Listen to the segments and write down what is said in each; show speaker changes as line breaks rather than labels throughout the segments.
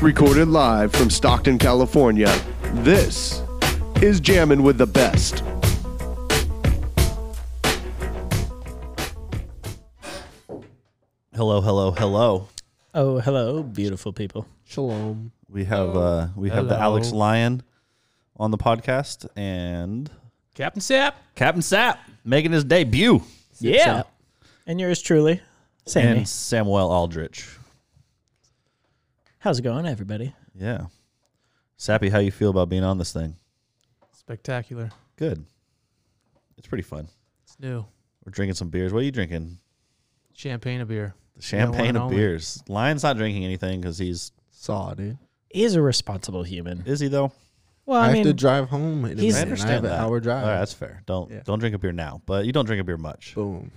Recorded live from Stockton, California, this is Jammin' with the Best.
Hello, hello, hello.
Oh, hello, beautiful people.
Shalom.
We have uh we have the Alex Lyon on the podcast and
Captain Sap.
Captain Sap making his debut
Yeah.
Sap. And yours truly, Sammy.
and Samuel Aldrich.
How's it going, everybody?
Yeah. Sappy, how you feel about being on this thing?
Spectacular.
Good. It's pretty fun.
It's new.
We're drinking some beers. What are you drinking?
Champagne of beer.
The champagne
and
of
only.
beers. Lyon's not drinking anything because he's
Saw, dude.
He's a responsible human.
is he though?
Well,
I,
I, mean,
have to drive home. In a
he's-
minute, and I have an hour drive.
All right, that's fair. Don't
Yeah.
don't drink a beer now, but you don't drink a beer much.
Boom.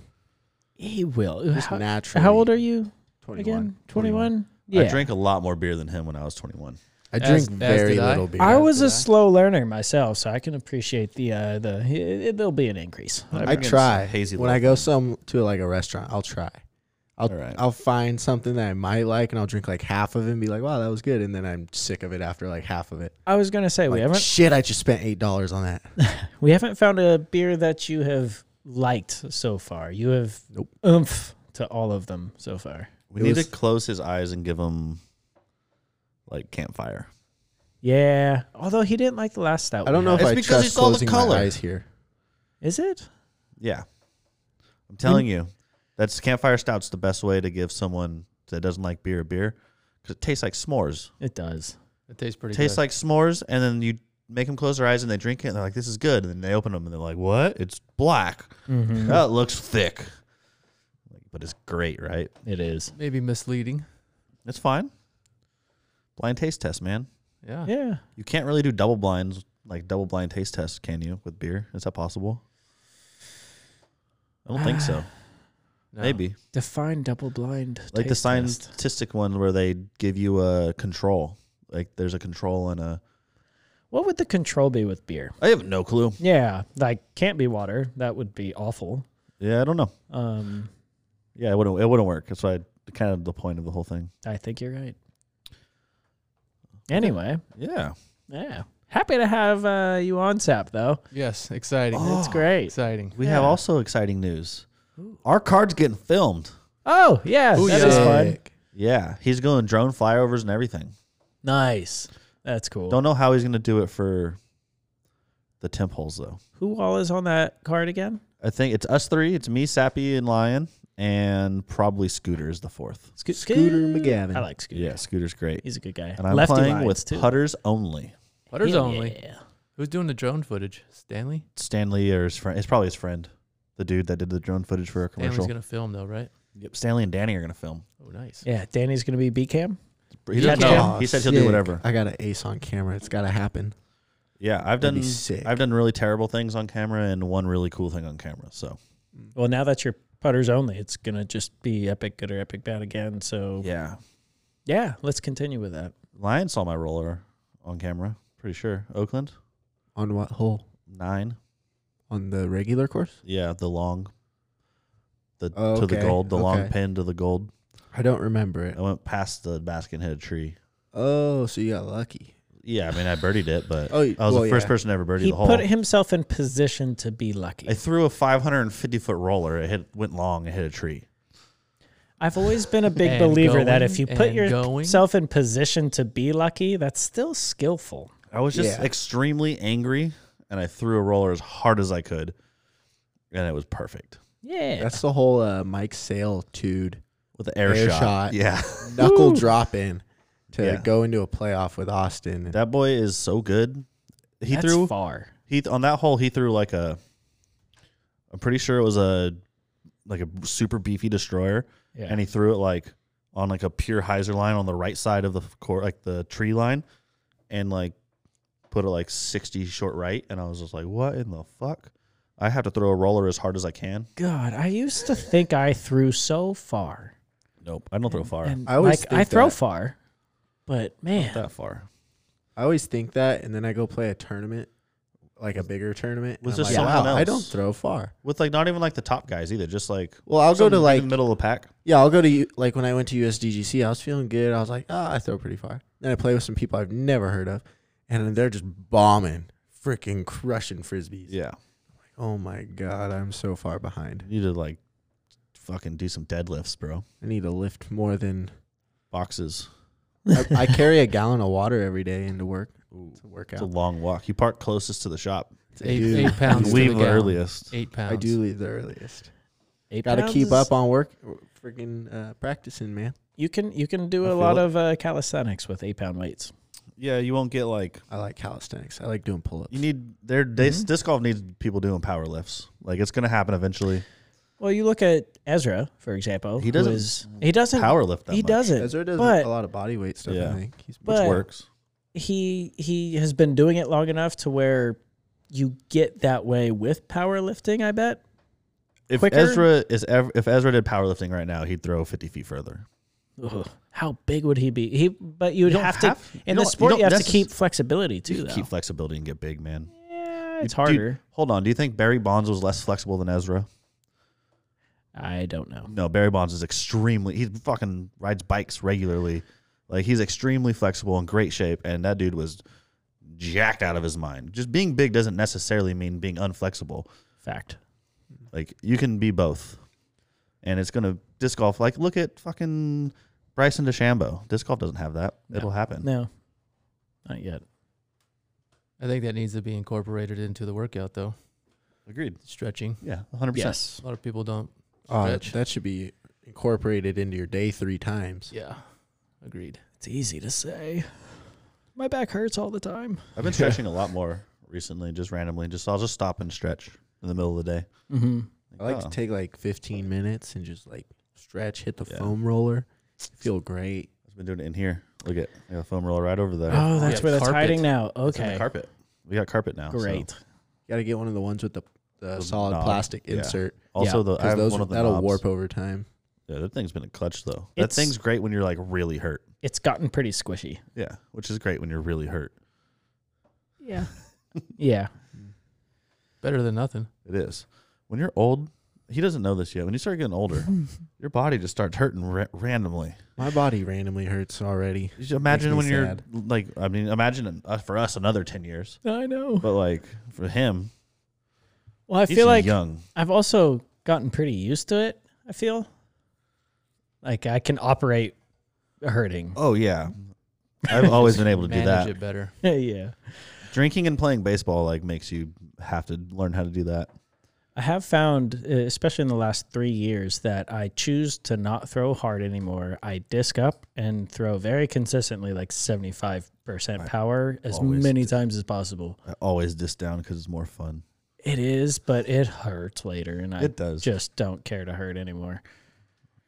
he will.
Just
How,
naturally.
how old are you
21.
again? 21?
I
Yeah.
drank a lot more beer than him when I was 21.
I
As-
drink
as
very
did I.
little beer.
I was a
a.
slow learner myself, so I can appreciate the uh, the. It, it- there'll be an increase.
I try.
some hazy
when
little
I go some to like a restaurant, I'll try. I'll,
All right.
I'll find something that I might like and I'll drink like half of it and be like, wow, that was good. And then I'm sick of it after like half of it.
I was gonna say we
Like,
haven't
shit, I just spent $8 on that.
we haven't found a beer that you have liked so far. You have
Nope.
oomph to all of them so far.
We
It
need
was-
to close his eyes and give him like campfire.
Yeah. Although he didn't like the last stout.
I
we
don't know if
had.
It's
I
because
trust
it's all the
closing
color.
my eyes here.
Is it?
Yeah. I'm telling you, that's campfire stout's the best way to give someone that doesn't like beer a beer because it tastes like s'mores.
It does.
It tastes pretty
It tastes
good.
like s'mores, and then you make them close their eyes and they drink it and they're like, this is good. And then they open them and they're like, what? It's black.
Mm-hmm.
Oh, it looks thick. Like, But it's great, right?
It is.
maybe misleading.
It's fine. Blind taste test, man.
Yeah.
Yeah.
You can't really do double blinds, like double blind taste tests, can you, with beer? Is that possible? I don't think so.
No.
Maybe.
Define double blind.
Like the
taste test.
scientific one where they give you a control. Like there's a control and a.
What would the control be with beer?
I have no clue.
Yeah, like can't be water. That would be awful.
Yeah, I don't know.
Um,
Yeah, it wouldn't. It wouldn't work. That's why. Kind of the point of the whole thing.
I think you're right. Anyway,
Yeah.
yeah. Happy to have uh, you on SAP though.
Yes. Exciting.
Oh.
It's
Oh,
great.
Exciting.
We have
Yeah.
also exciting news. Our card's getting filmed.
Oh yes, that is fun.
Yeah, he's going drone flyovers and everything.
Nice. That's cool.
Don't know how he's going to do it for the temp holes though.
Who all is on that card again?
I think it's us three. It's me, Sappy, and Lion, and probably Scooter is the fourth.
Scoot-
Scooter
Scoot.
McGavin.
I like Scooter.
Yeah, Scooter's great.
He's a good guy.
And I'm
Lefty
playing
lines,
with
too.
putters only.
Letters
Hell
only.
yeah.
Who's doing the drone footage? Stanley.
Stanley or his friend. It's probably his friend, the dude that did the drone footage for a commercial.
Stanley's gonna film though, right?
yep, Stanley and Danny are gonna film.
Oh, nice.
Yeah, Danny's gonna be B cam.
He doesn't
Yeah.
know.
Aw,
He said he'll do
sick.
whatever.
I got an ace on camera. It's got to happen.
Yeah, I've done.
That'd be sick.
I've done really terrible things on camera and one really cool thing on camera. So
Well, now that you're putters only, it's gonna just be epic good or epic bad again. So
yeah,
yeah let's continue with that.
Lion saw my roller on camera. Pretty sure Oakland
On what hole?
nine.
On the regular course?
Yeah, the long. The
Oh,
to the
okay,
gold, the long
okay.
pin to the gold.
I don't remember it.
I went past the basket and hit a tree.
Oh, so you got lucky.
Yeah, I mean I birdied it, but
Oh, y-
I was
well,
the first
yeah.
person to ever birdie
he
the hole.
put himself in position to be lucky.
I threw a 550 foot roller. It hit, went long. It hit a tree.
I've always been a big
And
believer that if you
going,
put
and
yourself in position to be lucky, that's still skillful.
I was just
Yeah.
extremely angry, and I threw a roller as hard as I could, and it was perfect
Yeah.
That's the whole uh, Mike Sale dude
with the air,
Air
shot.
shot.
Yeah,
knuckle drop in to
Yeah.
go into a playoff with Austin. And
that boy is so good. He
That's
threw
far.
he on that hole. He threw like a. I'm pretty sure it was a, like a super beefy destroyer,
Yeah.
and he threw it like on like a pure hyzer line on the right side of the court, like the tree line, and like put it like 60 short right, and I was just like, what in the fuck? I have to throw a roller as hard as I can.
God, I used to think I threw so far.
Nope, I don't throw far.
And
I always
like
think
I throw
that.
far. But man,
that far.
I always think that, and then I go play a tournament, like a bigger tournament. and
Was
I'm
just
like,
someone
"Wow, I
else."
don't throw far.
With like not even like the top guys either, just like
Well, I'll go
something
to
in
like
the middle of the pack.
yeah, I'll go to U- like when I went to USDGC, I was feeling good. I was like, ah, I throw pretty far. Then I play with some people I've never heard of, and they're just bombing, freaking crushing frisbees.
Yeah.
Oh my god, I'm so far behind.
You need to like fucking do some deadlifts, bro.
I need to lift more than
Boxes.
I, I carry a gallon of water every day into work to work
It's a
out.
long walk. You park closest to the shop.
It's eight,
Dude.
eight pounds.
You
to
leave
the
the
gallon.
earliest.
Eight pounds.
I do leave the earliest.
Eight
Got to
pounds
keep
is-
up on work, freaking uh, practicing, man.
You can you can do
I
a
feel
lot
it.
of uh, calisthenics with eight pound weights.
Yeah, you won't get like
I like calisthenics. I like doing pull-ups.
you need their
Mm-hmm.
this disc golf needs people doing power lifts. Like it's gonna happen eventually.
Well, you look at Ezra, for example.
He
who
doesn't
is- he doesn't.
Power lift that
he
much.
doesn't.
Ezra does
but-
a lot of body weight stuff.
Yeah.
I think he's
which
but-
works.
he he has been doing it long enough to where you get that way with powerlifting. I bet.
If
quicker-
Ezra is ever, if Ezra did powerlifting right now, he'd throw fifty feet further.
Ugh, how big would he be? He but you would
don't
have,
have-
to
you
in
don't-
the
you
sport
don't
you, have to
necess-
keep flexibility too.
You
Though.
keep flexibility and get big, man.
yeah, it's
Dude,
harder.
hold on. Do you think Barry Bonds was less flexible than Ezra?
I don't know.
No, Barry Bonds is extremely. He fucking rides bikes regularly. Like he's extremely flexible and great shape, and that dude was jacked out of his mind. Just being big doesn't necessarily mean being unflexible.
Fact.
Like you can be both, and it's gonna disc golf. Like look at fucking Bryson DeChambeau. Disc golf doesn't have that. It'll happen.
No, not yet.
I think that needs to be incorporated into the workout, though.
Agreed.
Stretching.
Yeah, hundred percent.
Yes.
A lot of people don't.
Uh,
Stretch.
that should be incorporated into your day three times.
Yeah. Agreed.
It's easy to say. My back hurts all the time.
I've been stretching a lot more recently, just randomly. Just I'll just stop and stretch in the middle of the day.
Mm-hmm.
I like
oh.
to take like 15 minutes and just like stretch, hit the
Yeah.
foam roller. Feel great.
I've been doing it in here. Look at I got a foam roller right over there.
Oh, that's
Yeah,
where that's
carpet.
hiding now.
It's in the
Okay,
carpet. We got carpet now. so-
great.
Got to get one of the ones with the, the
The
solid
knob,
plastic
yeah.
insert
Also, the I
because
have
those
one of the
that'll
knobs.
warp over time.
Yeah, that thing's been a clutch though.
It's-
that thing's great when you're like really hurt.
It's gotten pretty squishy.
Yeah, which is great when you're really hurt.
Yeah. yeah.
Better than nothing.
It is. When you're old, he doesn't know this yet. When you start getting older, your body just starts hurting ra- randomly.
My body randomly hurts already.
You should imagine
me
when you're
sad.
like, I mean, imagine uh, for us another ten years,
I know.
but like for him,
Well, I
he's
feel like
young.
I've also gotten pretty used to it. I feel like I can operate hurting.
Oh yeah, I've always been able to do
Manage
that.
it better.
yeah.
Drinking and playing baseball like makes you have to learn how to do that.
I have found, uh, especially in the last three years, that I choose to not throw hard anymore. I disc up and throw very consistently, like 75% power, as
always
many times as possible.
I always diss down because it's more fun.
It is, but it hurts later, and I
It does.
just don't care to hurt anymore.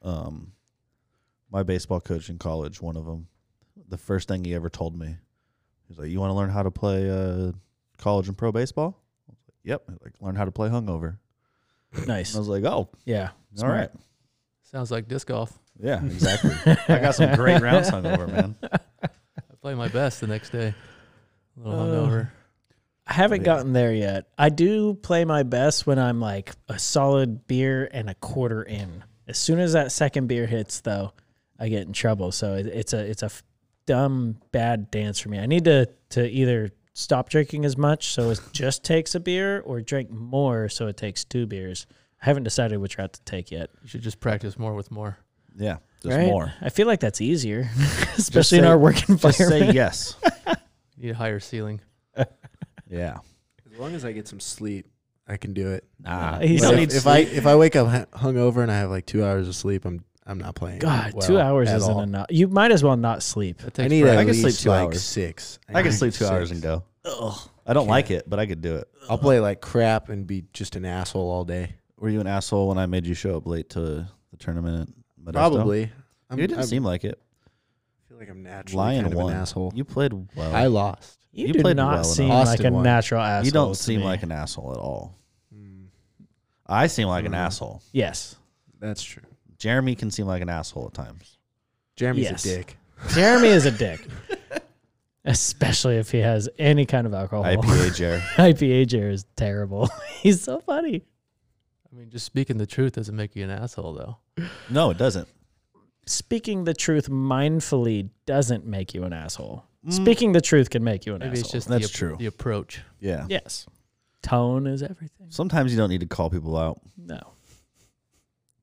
um, my baseball coach in college, one of them, the first thing he ever told me, he's like, "You want to learn how to play uh, college and pro baseball?" I was like, "Yep." He's like, learn how to play hungover. And
Nice.
I was like, "Oh,
Yeah.
all right,
Sounds like disc golf.
yeah, exactly." I got some great rounds hungover, man.
I play my best the next day. A little
Uh,
hungover.
I haven't
Yeah.
gotten there yet. I do play my best when I'm like a solid beer and a quarter in. As soon as that second beer hits, though, I get in trouble. So it, it's a it's a f- dumb bad dance for me. I need to to either stop drinking as much so it just takes a beer, or drink more so it takes two beers. I haven't decided which route to take yet.
You should just practice more with more.
Yeah, just
Right?
more.
I feel like that's easier, especially in
say-
our work environment.
Just say yes.
You need a higher ceiling.
Yeah.
As long as I get some sleep, I can do it.
Nah.
He
But
said-
if, if I if I wake up hu- hungover and I have like two hours of sleep, I'm I'm not playing.
God,
well
two hours
at
isn't
all.
enough. You might as well not sleep.
That
I
takes
need
practice.
at
I can
least
sleep two
like
hours.
six.
I could
need
sleep two hours
six.
and go. I don't like it, but I could do it.
I'll play like crap and be just an asshole all day.
Were you an asshole when I made you show up late to the tournament? at Modesto?
Probably. I'm,
You didn't
I'm-
seem like it.
I feel like I'm naturally
Lion
kind of
won.
an asshole.
You played well.
I lost.
You,
You
do
played
not
well
seem
enough.
like
Austin
a
won.
natural asshole.
you don't
to
seem
me.
like an asshole at all. I seem like
Mm-hmm.
an asshole.
yes.
That's true.
Jeremy can seem like an asshole at times.
Jeremy's
Yes.
a dick.
Jeremy is a dick, especially if he has any kind of alcohol.
IPA Jer.
IPA Jer is terrible. He's so funny.
I mean, just speaking the truth doesn't make you an asshole, though.
No, it doesn't.
speaking the truth mindfully doesn't make you an asshole.
Mm.
Speaking the truth can make you an
Maybe
asshole.
it's just
That's
the, ap-
true.
the approach.
Yeah.
yes. Tone is everything.
Sometimes you don't need to call people out.
No.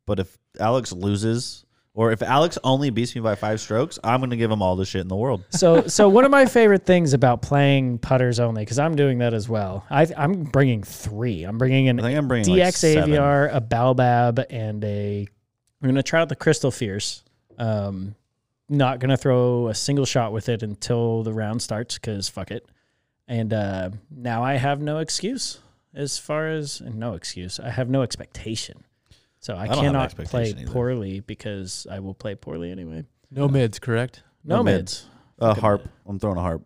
But if Alex loses, or if Alex only beats me by five strokes, I'm going to give him all the shit in the world.
So, so one of my favorite things about playing putters only, because I'm doing that as well. I, I'm bringing three. I'm bringing an
I think I'm bringing like
DX
seven.
AVR, a Baobab, and a. We're gonna try out the Crystal Fierce. Um, not gonna throw a single shot with it until the round starts because fuck it. And uh, now I have no excuse as far as no excuse. I have no expectation, so I,
don't have
cannot play
expectation either.
poorly because I will play poorly anyway.
No mids, correct?
No,
No
mids.
A harp. I'm throwing a harp.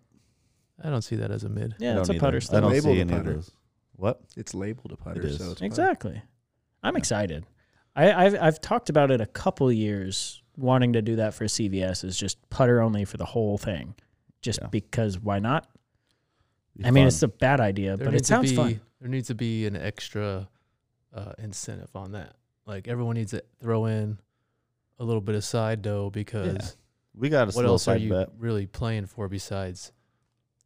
I don't see that as a mid.
I
Yeah, it's a
don't either.
putter
I
still.
don't
Label
see
the
any of
putter.
those. What?
It's labeled a putter,
It is.
so it's putter.
Exactly. I'm excited. I, I've I've talked about it a couple years wanting to do that for CVS is just putter only for the whole thing, just
Yeah.
because why not?
Be
I mean,
fun.
it's a bad idea, but it
needs to
sounds
be,
fun.
There needs to be an extra uh, incentive on that. Like everyone needs to throw in a little bit of side dough because
we got a
what
slow
else are
side
you
bet.
really playing for besides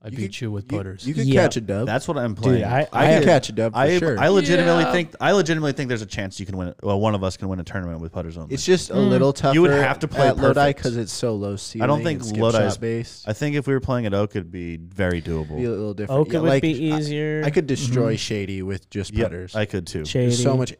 I
You
beat
could-
you with putters?
You, you could
Yeah.
catch a dub.
That's what I'm playing.
Dude, I,
I,
I,
could catch a dub for
I,
sure.
I legitimately
Yeah.
think I legitimately think there's a chance you can win. Well, one of us can win a tournament with putters only.
it's just a
Mm.
little tougher.
You would have to play
at Lodi
perfect.
because it's so low ceiling.
think
and skip
Lodi's-
shot based.
I think if we were playing at Oak, it'd be very doable.
Be a little different.
Oak
Yeah,
it would
like,
be
I-
easier. Mm-hmm.
I, could destroy Shady with just
Yeah,
putters.
I could too.
shady,
There's so much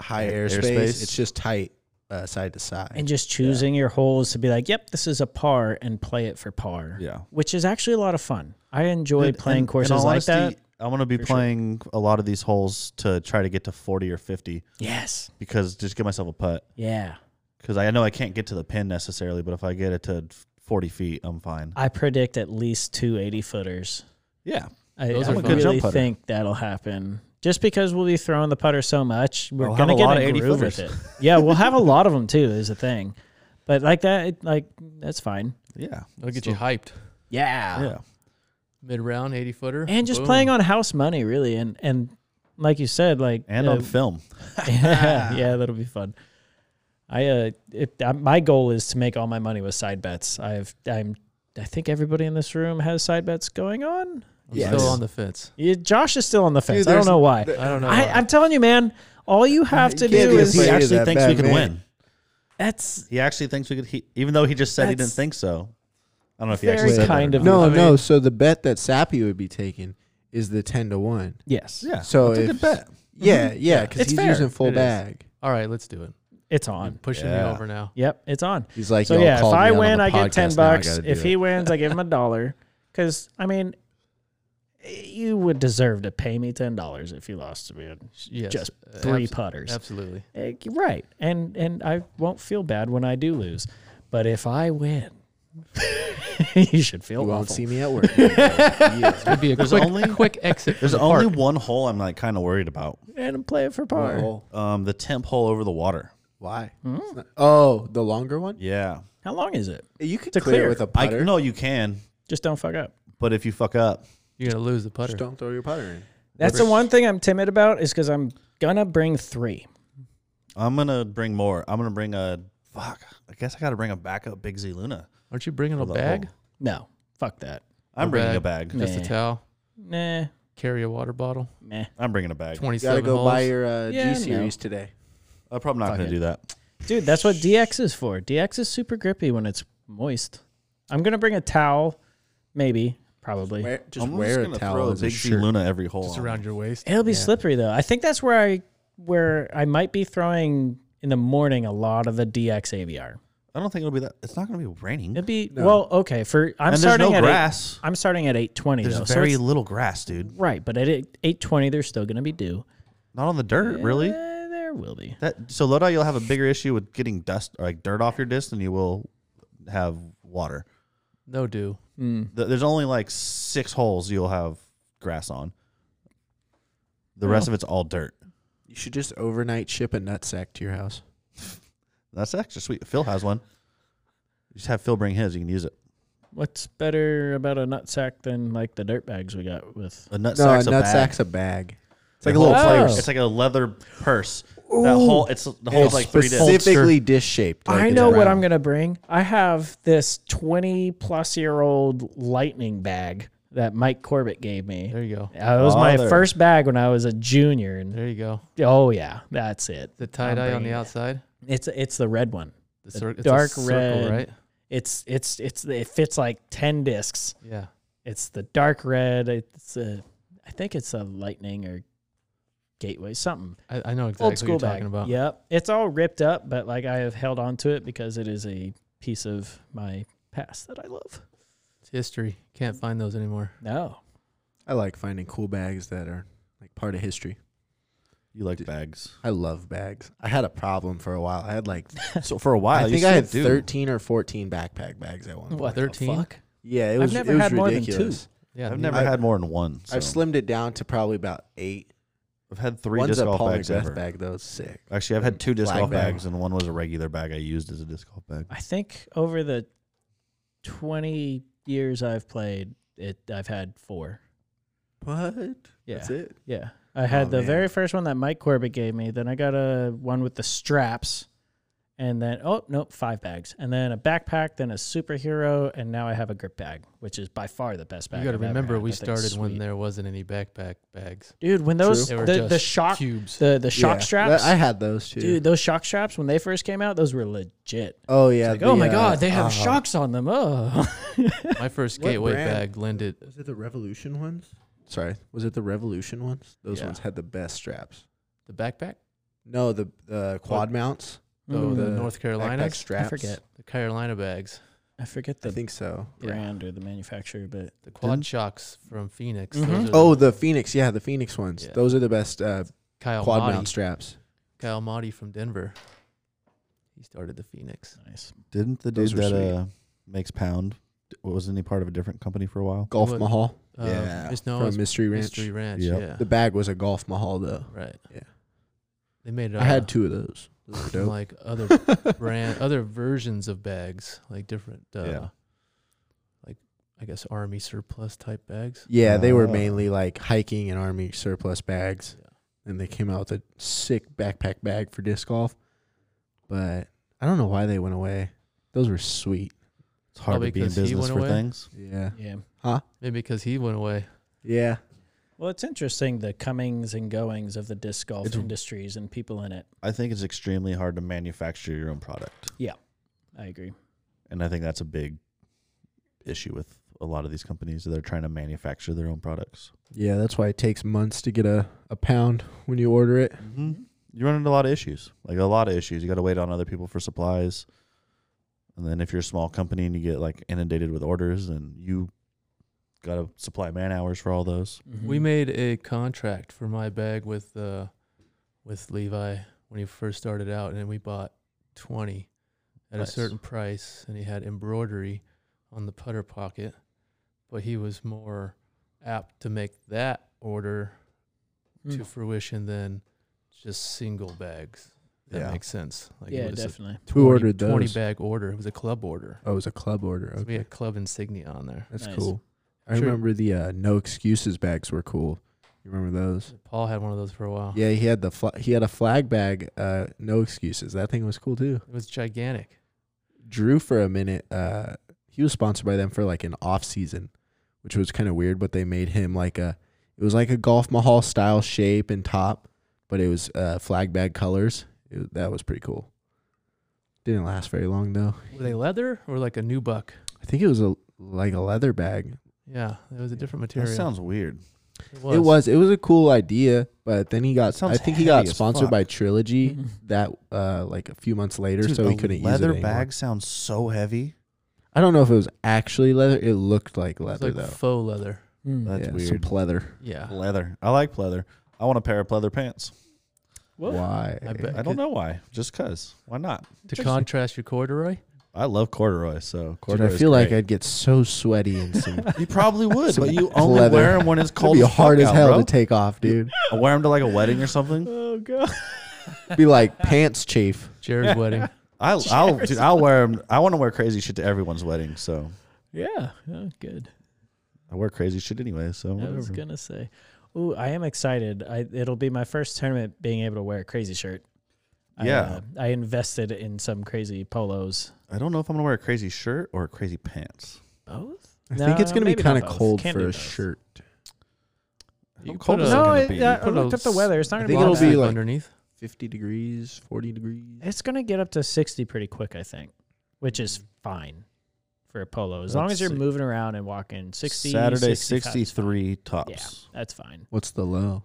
high
Air-
airspace.
airspace.
It's just tight uh, side to side.
and just choosing your holes to be like, yep, this is a par, and play it for par.
Yeah.
which is actually a lot of fun. I enjoy
And-
playing
and- in
courses
all
like
honesty,
that.
I'm gonna be playing a lot of these holes to try to get to 40 or 50
Yes,
because just give myself a putt
yeah.
because I know I can't get to the pin necessarily, but if I get it to 40 feet, I'm fine.
I predict at least two 80 footers.
yeah,
I,
Those
I
are fun.
Good
really
jump putter.
think that'll happen. Just because we'll be throwing the putter so much, we're
I'll have
gonna
a
get
lot
a
of 80
groove with it. Yeah, we'll have a lot of them too. Is the thing, but like that, it, like that's fine.
yeah,
It'll get you hyped.
Yeah,
yeah.
Mid round, eighty footer,
and just
boom.
playing on house money, really, and and like you said, like
And
uh,
on film,
yeah, yeah, that'll be fun. I uh, it, I, my goal is to make all my money with side bets. I've I'm I think everybody in this room has side bets going on.
I'm
Yes.
still on the fence.
Yeah, Josh is still on the fence.
Dude,
I don't
there's-
know why.
I don't know.
I, I'm telling you, man. All you have to
You can't
do
be
is
he
afraid of
actually
that
thinks
bad
we can
man.
win.
that's
He actually thinks we could. He, even though he just said he didn't
That's
think so. I don't know if he
very
actually said that or
kind
not.
of
no,
I
no.
mean-
So the bet that Sappy would be taking is the ten to one.
yes.
Yeah.
So
that's a
if-
good bet.
Yeah, yeah, because
It's
he's
fair.
using full
It is.
bag.
All right, let's do it.
It's
You're
on.
pushing
Yeah.
me over now.
Yep, it's on.
He's like,
So
"Y'all
yeah, if
called me
I
out on
win,
the
I get
podcast,
ten
now I
bucks.
gotta
If
do
he
it."
wins, I give him a dollar. Because I mean, you would deserve to pay me ten dollars if you lost to me on
Yes,
just
uh,
three
abs-
putters.
Absolutely.
Eh, Right, and and I won't feel bad when I do lose, but if I win, you should feel
you won't
awful.
see me at work. Yeah.
It'd be a
There's
quick,
only-
quick exit.
There's
from the
only
park.
one hole I'm like kind of worried about.
and play it for par.
Oh,
Um, the temp hole over the water.
Why? It's not- oh, the longer one.
Yeah.
How long is it?
You could
To
clear,
clear.
it with a
I
putter.
no, you can,
Just don't fuck up.
but if you fuck up,
You're gonna lose the putter.
Just don't throw your putter in.
That's the one thing I'm timid about is because I'm gonna bring three.
I'm gonna bring more. I'm gonna bring a fuck. I guess I gotta bring a backup Big Z Luna.
Aren't you bringing
for
a
the
bag?
hole.
No, fuck that.
I'm
A
bringing a bag.
No.
Just a
Nah.
towel.
Nah,
Carry a water bottle.
meh.
I'm bringing a bag.
You gotta
Twenty-seven
go
holes.
buy your uh,
Yeah,
G
no.
series today.
I'm probably not
Fuck
gonna
it.
do that.
Dude, that's what DX is for. DX is super grippy when it's moist. I'm gonna bring a towel, maybe, probably.
Wear, just
I'm
wear
gonna
a towel
throw a
as a
Big Z
shirt.
Luna every hole.
Just
on.
around your waist.
It'll be slippery though. I think that's where I where I might be throwing in the morning a lot of the DX AVR.
I don't think it'll be that. It's not gonna be raining.
It'd be well, okay. For
and
I'm
there's
starting
no
at
grass.
i I'm starting at eight twenty
There's
though. so
very
it's-
little grass, dude.
right, but at eight twenty there's still gonna be dew.
Not on the dirt, really.
Eh, there will be.
That so Lodi, you'll have a bigger issue with getting dust or like dirt off your disc than you will have water.
No dew.
Th- There's only like six holes you'll have grass on. The rest of it's all dirt.
You should just overnight ship a nut sack to your house.
That's extra sweet. Phil has one. You just have Phil bring his. You can use it.
What's better about a nut sack than like the dirt bags we got with?
A nut
No,
sack's
a
a
nut
bag.
sack's a bag. It's like a
It
little
holds-
holds-
Oh.
player's
It's like a leather purse. That whole it's the whole like three discs.
specifically dish shaped.
I know what I'm gonna bring. I have this 20 plus year old lightning bag that Mike Corbett gave me.
There you go.
That was my
Father.
first bag when I was a junior, and
There you go.
oh yeah, that's it.
The tie dye on the outside.
It's it's the red one.
The
The
cir- it's a
dark
circle,
red.
right?
It's it's it's it fits like ten discs.
Yeah.
It's the dark red. It's a, I think it's a lightning or gateway something.
I, I know exactly
Old school
what you're
bag.
talking about.
Yep, it's all ripped up, but like I have held on to it because it is a piece of my past that I love.
It's history.
Mm-hmm.
Can't find those anymore.
No,
I like finding cool bags that are like part of history.
You like bags
I love bags. I had a problem for a while. I had like
so for a while.
I think I had 13 or 14 backpack bags at one point. Oh,
What, 13?
fuck.
Yeah, it
I've
was.
never
it was
had more than two.
ridiculous.
Yeah.
I've
me
never
either.
had more than one. So.
I've slimmed it down to probably about eight.
I've had three
One's
disc
a
golf
Paul
bags
McBeth
ever.
bag though. It's sick.
Actually, I've had two disc
Black
golf
bag.
bags, and one was a regular bag I used as a disc golf bag.
I think over the 20 years I've played, it I've had four.
What?
Yeah.
That's it.
Yeah. I had
Oh,
the
man.
very first one that Mike Corbett gave me. Then I got a one with the straps. And then, oh, nope, five bags. And then a backpack, then a superhero. And now I have a grip bag, which is by far the best bag.
You got to
I've ever
remember
had.
we
That thing's
started when
sweet.
there wasn't any backpack bags.
Dude, when those,
They were
the,
just
the shock,
cubes.
the, the shock
Yeah.
straps.
I had those too.
Dude, those shock straps, when they first came out, those were legit.
Oh yeah.
Like, oh
the,
my
uh,
God, they have
uh,
Uh-huh.
shocks on them. Oh.
My first
What
gateway
brand?
bag lended.
Was it the Revolution ones? Sorry, was it the Revolution ones? Those
Yeah.
ones had the best straps.
The backpack?
No, the uh, quad mounts.
So
Mm.
the
The
North Carolina,
Backpack straps.
I forget.
the Carolina bags,
I forget
I
the
think so.
yeah.
brand or the manufacturer, but
the quad
Didn't-
shocks from Phoenix.
Mhm.
Those are
Oh, the Phoenix. Yeah, the Phoenix ones.
Yeah.
Those are the best uh,
Kyle
quad
Motti.
mount straps.
Kyle Motti from Denver. He started the Phoenix.
nice.
Didn't the dude
Those were
that
sweet.
uh, makes Pound wasn't he part of a different company for a while?
Golf
What-
Mahal
Uh,
Yeah,
Miss no,
from
it's
Mystery Ranch.
Mystery Ranch.
Yep.
Yeah.
The bag was a Golf Mahal though.
right.
Yeah.
They made. Uh,
I had two of those. Those
from,
were
like other
dope.
brand, other versions of bags, like different. Uh,
Yeah.
Like I guess army surplus type bags.
Yeah, they
Uh,
were
Ah.
mainly like hiking and army surplus bags. And they came out with a sick backpack bag for disc golf. But I don't know why they went away. Those were sweet.
It's hard
Probably
to be in
'cause he
business
went
for
away.
things.
Yeah.
Yeah.
Maybe because he went away.
Yeah.
Well, it's interesting the comings and goings of the disc golf
It's-
industries and people in it.
I think it's extremely hard to manufacture your own product,
I agree.
and I think that's a big issue with a lot of these companies. They're trying to manufacture their own products.
Yeah, that's why it takes months to get a, a pound when you order it.
Mm-hmm.
You run into a lot of issues, like a lot of issues. You got to wait on other people for supplies, and then if you're a small company and you get like inundated with orders, and you got to supply man hours for all those.
Mm-hmm.
Mm-hmm.
We made a contract for my bag with uh, with Levi when he first started out, and we bought twenty at
Nice.
a certain price, and he had embroidery on the putter pocket, but he was more apt to make that order
Mm.
to fruition than just single bags. That
Yeah.
makes sense. Like
yeah,
it was a
definitely.
20,
ordered
Twenty
those?
bag order. It was a club order.
Oh, it was a club order.
So
Okay.
we had club insignia on there.
That's
Nice.
cool. I
Sure.
remember the uh, no excuses bags were cool. You remember those?
Paul had one of those for a while.
Yeah, he had the fla- he had a flag bag. Uh, no excuses. That thing was cool too.
It was gigantic.
Drew for a minute. Uh, he was sponsored by them for like an off season, which was kind of weird. But they made him like a it was like a golf mahal style shape and top, but it was uh, flag bag colors. It, that was pretty cool. Didn't last very long though.
Were they leather or like a new buck?
I think it was a like a leather bag.
Yeah, it was a different
That
material.
sounds weird.
it
It was it was a cool idea, but then he got I
Sounds
think he got
heavy as
sponsored
fuck. Mm-hmm.
by Trilogy
Mhm.
that uh like a few months later,
Dude,
so he
a
couldn't use it.
leather
anymore.
bag sounds so heavy.
I don't know if it was actually leather. It looked like
It was
leather
like
though.
faux leather.
Mm.
That's
yeah, Some
weird.
pleather.
Yeah.
Leather. I like pleather. I want a pair of pleather pants.
What?
Why?
I bet.
I don't know why. Just cause. Why not?
To contrast your corduroy,
I love corduroy. So
Dude,
corduroy.
I feel like I'd get so sweaty and some. It'd
you probably would,
Some
but you only
leather.
wear them when it's cold.
be
as
hard
fuck
as
out,
hell
bro.
to take off, dude.
I wear them to like a wedding or something.
Oh, God.
It'd be like pants chafe.
Jared's wedding.
I, I'll, dude, I'll wear 'em- I want to wear crazy shit to everyone's wedding. So
Yeah. Oh, good.
I wear crazy shit anyway. So
I was
whatever.
going to say. Ooh, I am excited. I, it'll be my first tournament being able to wear a crazy shirt. I,
Yeah.
uh, I invested in some crazy polos.
I don't know if I'm gonna wear a crazy shirt or crazy pants.
Both?
I think it's
No,
gonna be
maybe not
kind of
both.
cold
Can't
for
do
a
both.
shirt.
How
You
cold
put
is
a-
it
No,
gonna
it,
be?
yeah, I
Put a
looked up the
s-
weather. It's not
I
going to
think
be
it'll
it'll
Long
be
sleeve
like-
underneath.
50 degrees, 40 degrees.
It's going to get up to 60 pretty quick, I think, which is fine for a polo. As long
Let's
as you're
see.
moving around and walking 60
Saturday
65 's fine.
63
Yeah,
tops.
that's fine.
What's the low?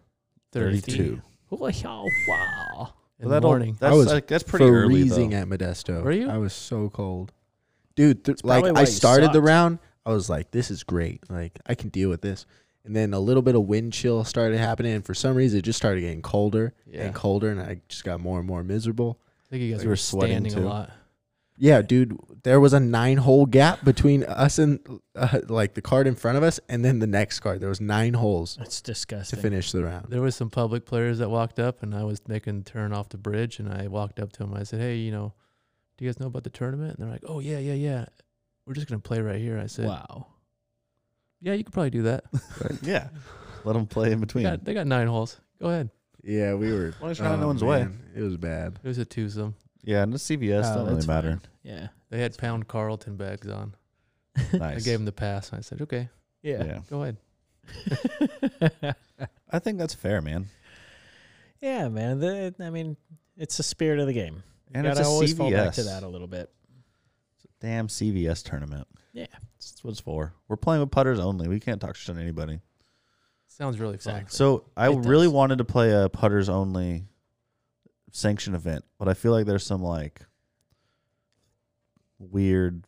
32.
Wow. wow.
in
Well,
the
that'll-
morning.
That's
I was
like, that's pretty early though.
freezing at Modesto.
Were you?
I was so cold, dude. th- like
probably why
I
you
started the
sucked.
round, I was like, "This is great. Like I can deal with this." And then a little bit of wind chill started happening, and for some reason, it just started getting colder
Yeah,
and colder, and I just got more and more miserable.
I think you guys
You were
were
sweating
standing a
too.
lot.
Yeah, dude, there was a nine-hole gap between us and uh, like the card in front of us, and then the next card. There was nine holes
That's
to
disgusting.
finish the round.
There was some public players that walked up, and I was making the turn off the bridge, and I walked up to them. I said, "Hey, you know, do you guys know about the tournament?" And they're like, "Oh yeah, yeah, yeah. We're just gonna play right here." I said,
Wow.
"Yeah, you could probably do that.
Yeah. Let them play in
They
between.
got, they got nine holes. Go ahead."
Yeah, we were.
Why don't you run in
oh,
no one's way?
man, It was bad.
It was a twosome.
Yeah, and the CVS
Oh,
doesn't really
that's
matter.
fine. Yeah.
They had pound Carlton bags on.
Nice.
I gave them the pass. And I said, "Okay,
yeah.
Yeah.
go ahead."
Yeah,
I think that's fair, man.
man. The, I mean, it's the spirit of the game.
And
Gotta
it's a
always
CVS.
fall back to that a little bit.
Damn CVS tournament.
Yeah.
That's what it's for. We're playing with putters only. We can't talk shit to anybody.
Sounds really fun.
Exactly.
So I
It
really
does.
wanted to play a putters only sanction event, but I feel like there's some like weird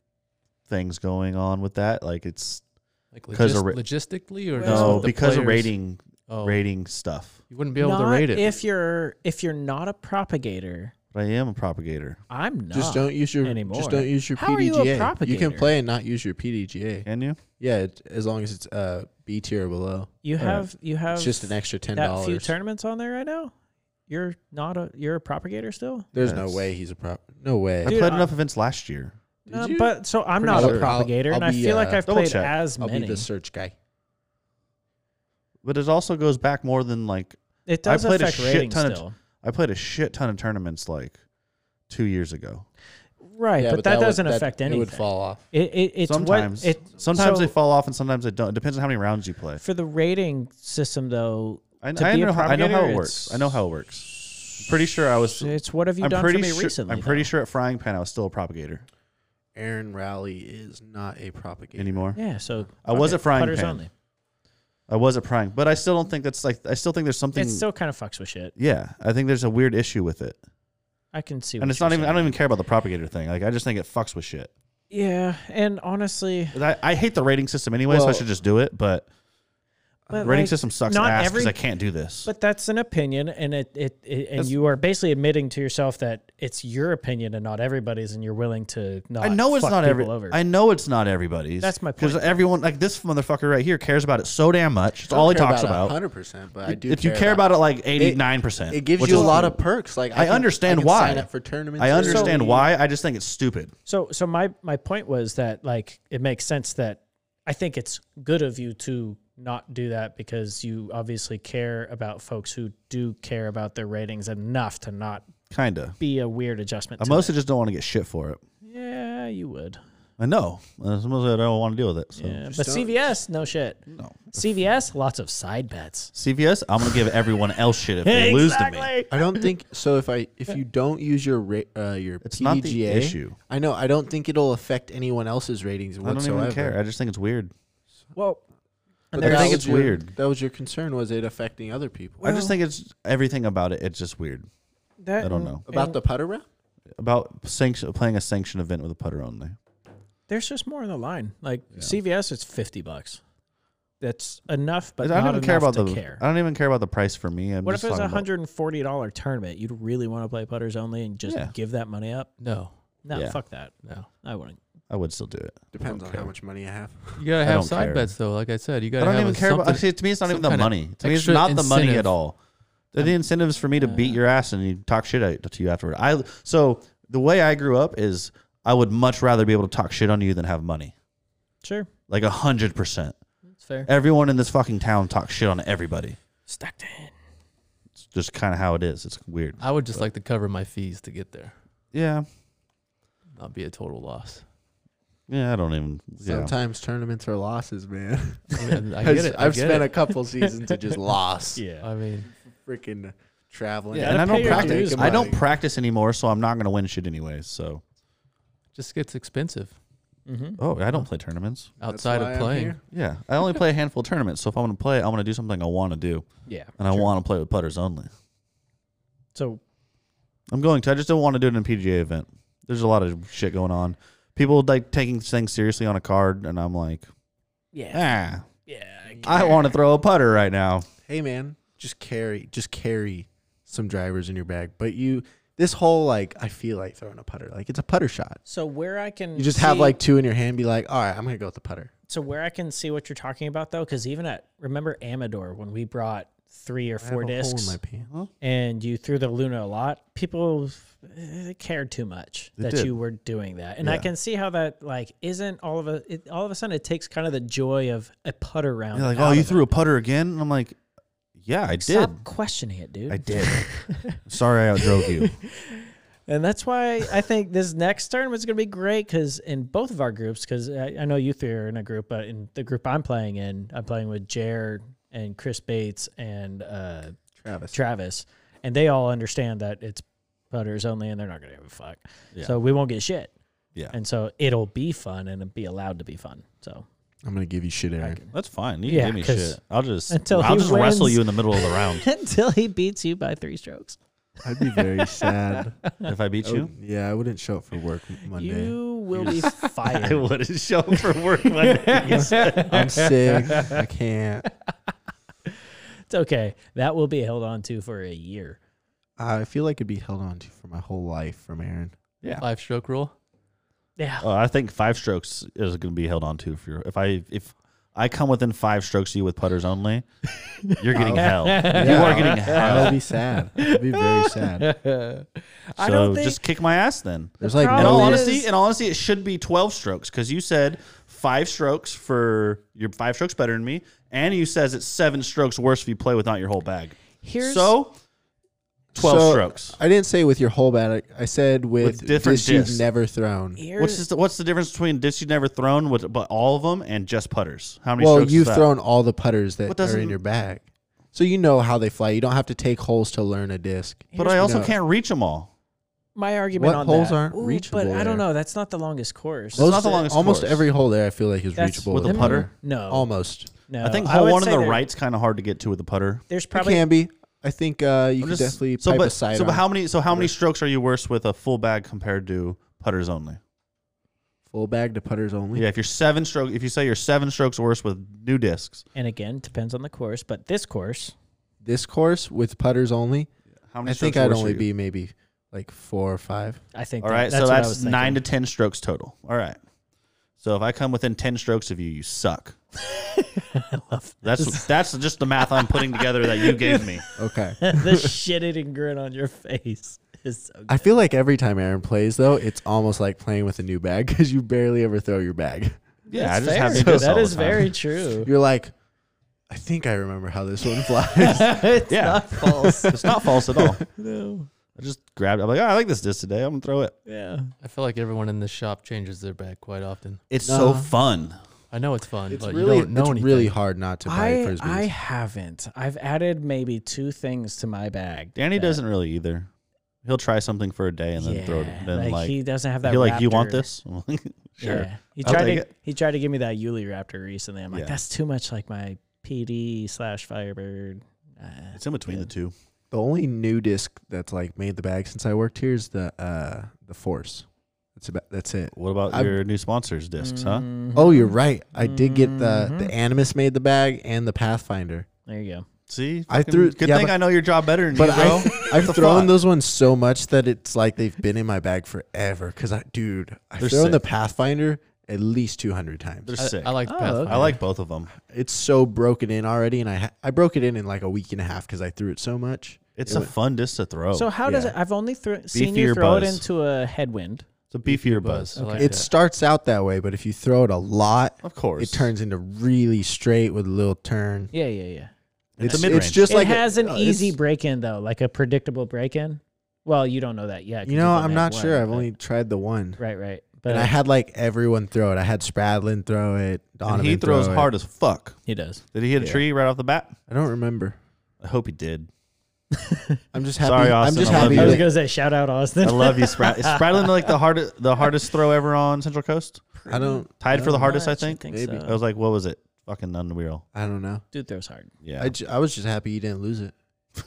things going on with that. Like it's
Like
'Cause of
logis- logistically, or just
no
with the
because of
players?
rating
Oh,
rating stuff.
you wouldn't be able to
Not
rate it.
If you're if you're not a propagator,
But I am a propagator.
I'm not.
Just don't use your
anymore.
just don't use your
How are you a
PDGA. can
propagator?
play and not use your PDGA.
Can you?
Yeah, it, as long as it's uh, B tier or below,
You
All right.
have you have
it's just an extra ten
that few
dollars.
tournaments on there right now. You're not a you're a propagator still.
There's
Yes.
no way he's a prop. No way.
I
Dude,
played
I-
enough events last year.
Did
No,
you?
Uh, but so I'm
Pretty
not
sure.
a propagator,
I'll-
and
I'll
I
be,
feel like
uh,
I've
double
played
check.
as
I'll
many.
be the search guy.
But it also goes back more than like
It
I
does
played a
affect
shit
rating
ton of-
still.
I played a shit ton of tournaments like two years ago.
right,
Yeah,
but, that,
would-
doesn't affect
that-
anything.
It would fall off.
It, it- it's
sometimes
what it
sometimes
so-
they fall off and sometimes they don't. It depends on how many rounds you play.
for the rating system though.
I,
to
I
be a
know how, I know how
propagator,
it works. I
it's-
know how it works. I'm pretty sure I was.
It's what have you
I'm
done for
pretty
me
sure,
recently?
I'm pretty
though?
sure at Frying Pan I was still a propagator
Aaron Rowley is not a propagator.
anymore.
Yeah, so
I was
fuck
a
it,
frying
putters
pan.
Only.
I was at Prying, but I still don't think that's like. I still think there's something.
It still kind of fucks with shit.
yeah, I think there's a weird issue with it,
I can see.
and
what
it's not
you're
even. I
saying.
don't even care about the propagator thing. Like I just think it fucks with shit.
Yeah, and honestly,
'Cause I, I hate the rating system anyway, so I
Well-
should just do it. But
but
rating
like,
system sucks
not
ass because
every-
I can't do this.
But that's an opinion, and it, it, it and
That's-
you are basically admitting to yourself that it's your opinion and not everybody's, and you're willing to not.
I know it's
fuck
not every.
people over.
I know it's not everybody's.
That's my
Because
point.
everyone like this motherfucker right here cares about it so damn much. It's all he talks about.
Hundred percent, but I do.
if you care about, it like eighty nine percent,
it, it gives you a lot of perks. Like
I
can-
understand
can
why.
Sign up for tournaments.
I
early.
understand why. I just think it's stupid.
so, so my my point was that like it makes sense that I think it's good of you to not do that because you obviously care about folks who do care about their ratings enough to not
Kinda.
be a weird adjustment.
I
to
mostly just don't want to get shit for it.
it. yeah, you would.
I know. Uh, it's mostly I don't want to deal with it. So
yeah,
just
but
don't.
CVS, no shit.
no.
CVS, lots of side bets.
CVS, I'm gonna give everyone else shit if they lose to me.
I don't think so. If I if you don't use your ra- uh, your
It's
PDGA,
not the issue.
I know. I don't think it'll affect anyone else's ratings
I don't
whatsoever.
even care. I just think it's weird.
Well,
But
and there's-
that
think
was
it's
your-
weird.
That was your concern. Was it affecting other people?
I just think it's everything about it. It's just weird
That
I don't
and-
know.
About
and
the putter round?
about sanction, playing a sanction event with a putter only.
There's just more on the line. Like CVS, it's fifty bucks. That's enough, but
I don't
not
even care about
to
the.
care.
I don't even care about the price for me. I'm
What
just
if it was a
talking about-
hundred and forty dollar tournament? You'd really want to play putters only and just
Yeah.
give that money up?
no,
No,
Yeah.
fuck that.
no.
I wouldn't.
I would still do it.
Depends on
care.
how much money I have.
You gotta
I
have
don't
side
care.
bets though. Like I said, you
I
gotta.
don't
have
even
a
care about.
something-
See, to me, it's not even
some
the
kinda
money. To me, it's
extra
not the money
incentive.
at all. The, the incentives for me to beat your ass and you talk shit at- to you afterward. I so the way I grew up is I would much rather be able to talk shit on you than have money.
Sure,
Like a hundred percent.
that's fair.
Everyone in this fucking town talks shit on everybody.
Stockton.
It's just kind of how it is. It's weird.
I would just like to cover my fees to get there.
Yeah.
Not be a total loss.
Yeah. I don't even. Yeah.
Sometimes tournaments are losses, man.
I, mean, I get it. I
have
get
spent a
it.
couple seasons of just loss.
Uh,
I mean,
Freaking traveling.
Yeah, and I don't
Gotta pay your
practice.
dues,
I don't practice anymore, so I'm not gonna win shit anyway. So
just gets expensive
Mm-hmm.
oh, I don't play tournaments.
That's
outside
why
of
I'm
playing.
here.
Yeah, I only play a handful of tournaments. So if I'm gonna play, I'm gonna do something I want to do,
Yeah.
and I want to play with putters only.
So
I'm going to. I just don't want to do it in a PGA event. There's a lot of shit going on. People like taking things seriously on a card, and I'm like,
yeah,
ah,
yeah.
I want to throw a putter right now.
Hey, man, just carry, just carry some drivers in your bag. But you, this whole like, I feel like throwing a putter. Like it's a putter shot.
So where I can
You just have
see-
like two in your hand. Be like, all right, I'm gonna go with the putter.
so where I can see what you're talking about though, because even at remember Amador when we brought three or
I have
four
a hole in
discs
my pants.
and you threw the Luna a lot, people eh, cared too much
They
that
did.
you were doing that, and I
Yeah.
can see how that like isn't all of a it, all of a sudden it takes kind of the joy of a putter round.
They're like,
out
oh, you
of
threw
it.
a putter again? And I'm like, yeah, I did.
Stop questioning it, dude.
I did. Sorry, I outdrove you.
And that's why I think this next tournament's going to be great because in both of our groups, because I, I know you three are in a group, but in the group I'm playing in, I'm playing with Jared and Chris Bates and uh,
Travis.
Travis, and they all understand that it's putters only, and they're not going to give a fuck.
Yeah.
So we won't get shit,
Yeah,
and so it'll be fun and it'll be allowed to be fun. So
I'm gonna give you shit,
I
Aaron.
can-
that's fine. You can
Yeah,
give me
'cause
shit. I'll just
until
I'll
he
just wrestle
wins.
you in the middle of the round
until he beats you by three strokes,
I'd be very sad.
if I beat
I
you.
would- yeah, I wouldn't show up for work m- Monday.
you will be
I
fired.
wouldn't show up for work Monday.
I'm sick. I can't.
it's okay. That will be held on to for a year.
I feel like it'd be held on to for my whole life from Aaron.
Yeah.
Five stroke rule.
Yeah.
Uh, I think five strokes is going to be held on to if you're if I if I come within five strokes of you with putters only, you're getting
Oh.
hell. You are getting
I'll
hell.
be sad. I'd be very sad.
I
So
don't think
just kick my ass then.
There's like
In
problem
all
no.
is-
honesty, in all honesty, it should be twelve strokes because you said five strokes for you're five strokes better than me, and you says it's seven strokes worse if you play without your whole bag.
here's
so twelve
So,
strokes.
I didn't say with your whole bat. I, I said with,
With different
discs you've
discs.
never thrown.
here's
What's the, what's the difference between discs you've never thrown with but all of them and just putters? How many?
Well,
strokes is
you've
that?
thrown all the putters that
What
are
doesn't-
in your bag, so you know how they fly. You don't have to take holes to learn a disc.
but I also
No.
can't reach them all.
my argument
What
on
holes
that.
aren't reachable
But I don't
there?
know. That's not the longest course.
Those-
Most,
not the longest
almost
course.
every hole there, I feel like is
That's-
reachable
With a
a
putter?
No,
Almost,
no.
I think
would
hole one
say
on the
there-
right's kind of hard to get to with the putter.
There's
it
probably
can be. I think uh,
I'm
you can
just-
definitely
so,
pipe
but,
a side.
so, but
on
how many? So, how many strokes are you worse with a full bag compared to putters only?
full bag to putters only.
Yeah, if you're seven stroke, if you say you're seven strokes worse with new discs,
and again depends on the course. But this course,
This course with putters only,
how many?
I think
strokes
I'd
worse are
only
you?
be maybe like four or five.
I think.
All
that-
right,
that's
so
what I
that's
was
nine to ten strokes total. All right. So if I come within ten strokes of you, you suck. That's that's just the math I'm putting together that you gave me.
Okay.
thinking. the shit eating grin on your face is so.
I feel like every time Aaron plays though, it's almost like playing with a new bag because you barely ever throw your bag.
Yeah, I
That's
just have
fair.
to do this
That
all the
is
time.
very true.
You're like, I think I remember how this one flies.
it's
Yeah.
not false.
It's not false at all.
no.
I just grabbed. it. I'm like, oh, I like this disc today. I'm gonna throw it.
Yeah.
I feel like everyone in this shop changes their bag quite often.
It's
No.
so fun.
I know it's fun,
it's
but
really,
you don't know
it's
anything.
really hard not to play
I
frisbees.
I haven't. I've added maybe two things to my bag.
Danny
that-
doesn't really either. He'll try something for a day and then throw it.
Yeah,
Then like,
he doesn't have that.
he like you want
Raptor-
this? I'm like, sure.
Yeah. He
I'll
tried
take
to
it.
he tried to give me that Yuli Raptor recently. I'm like,
Yeah.
that's too much like my PD slash Firebird. Uh,
It's in between the two.
the only new disc that's like made the bag since I worked here is the uh the Force. That's about that's it.
What about
I've-
your new sponsors discs, huh?
mhm.
Oh,
Mm-hmm.
you're right. I did get the
Mhm.
the Animus made the bag and the Pathfinder.
There you go.
See,
I
Fucking-
threw-
Good
yeah,
thing
but-
I know your job better than
But
you, bro.
I, I've
the
thrown
fuck?
those ones so much that it's like they've been in my bag forever. Because I, dude, I've
They're
thrown
sick.
the Pathfinder at least 200 times.
They're
I,
sick.
I like the
Oh,
Pathfinder.
okay.
I like both of them.
it's so broken in already, and I ha- I broke it in in like a week and a half because I threw it so much.
It's
It
a
wa-
fun disc to throw.
so how does
yeah.
it? I've only thro- seen you
Oh, Beefier
throw it
buzz.
into a headwind.
it's a beefier buzz.
Buzz. I like
it
that.
starts out that way, but if you throw it a lot,
Of course,
it turns into really straight with a little turn.
Yeah, yeah, yeah.
It's
It's,
a mid-range.
it's just
it
like a-
has an
uh, it's-
easy break in though, like a predictable break in. Well, you don't know that yet. 'cause
You know,
you've only
I'm
had
not
one,
sure. I've
but-
only tried the one.
right, right. But
And I had like everyone throw it. I had Spradlin throw it. Donovan
and he throws
throw it.
hard as fuck.
he does.
Did he hit a
Yeah.
tree right off the bat?
I don't remember.
I hope he did.
I'm just happy.
Sorry,
I'm
Austin,
just
I love
happy.
you.
I was
that-
gonna say shout out Austin.
I love you, Sprat. Is Spradlin like the hardest the hardest throw ever on Central Coast?
I don't.
Tied for the hardest, I
Much,
think.
Maybe.
I was like, what was it? Fucking unreal.
I don't know.
dude throws hard.
Yeah.
I, ju- I was just happy he didn't lose it.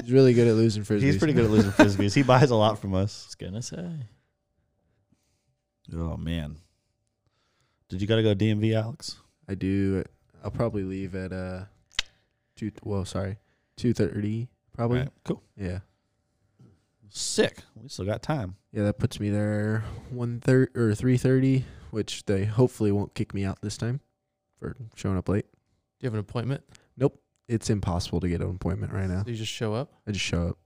He's really good at losing frisbees.
He's pretty good at losing frisbees. He buys a lot from
I
us.
was gonna say.
Oh man. Did you gotta go DMV, Alex?
I do. I'll probably leave at uh two. Well, sorry, two thirty probably.
Right, Cool.
Yeah,
Sick. We still got time.
yeah. That puts me there one thirty or three thirty, which they hopefully won't kick me out this time for showing up late.
you have an appointment?
It's impossible to get an appointment right now.
So you just show up.
I just show up.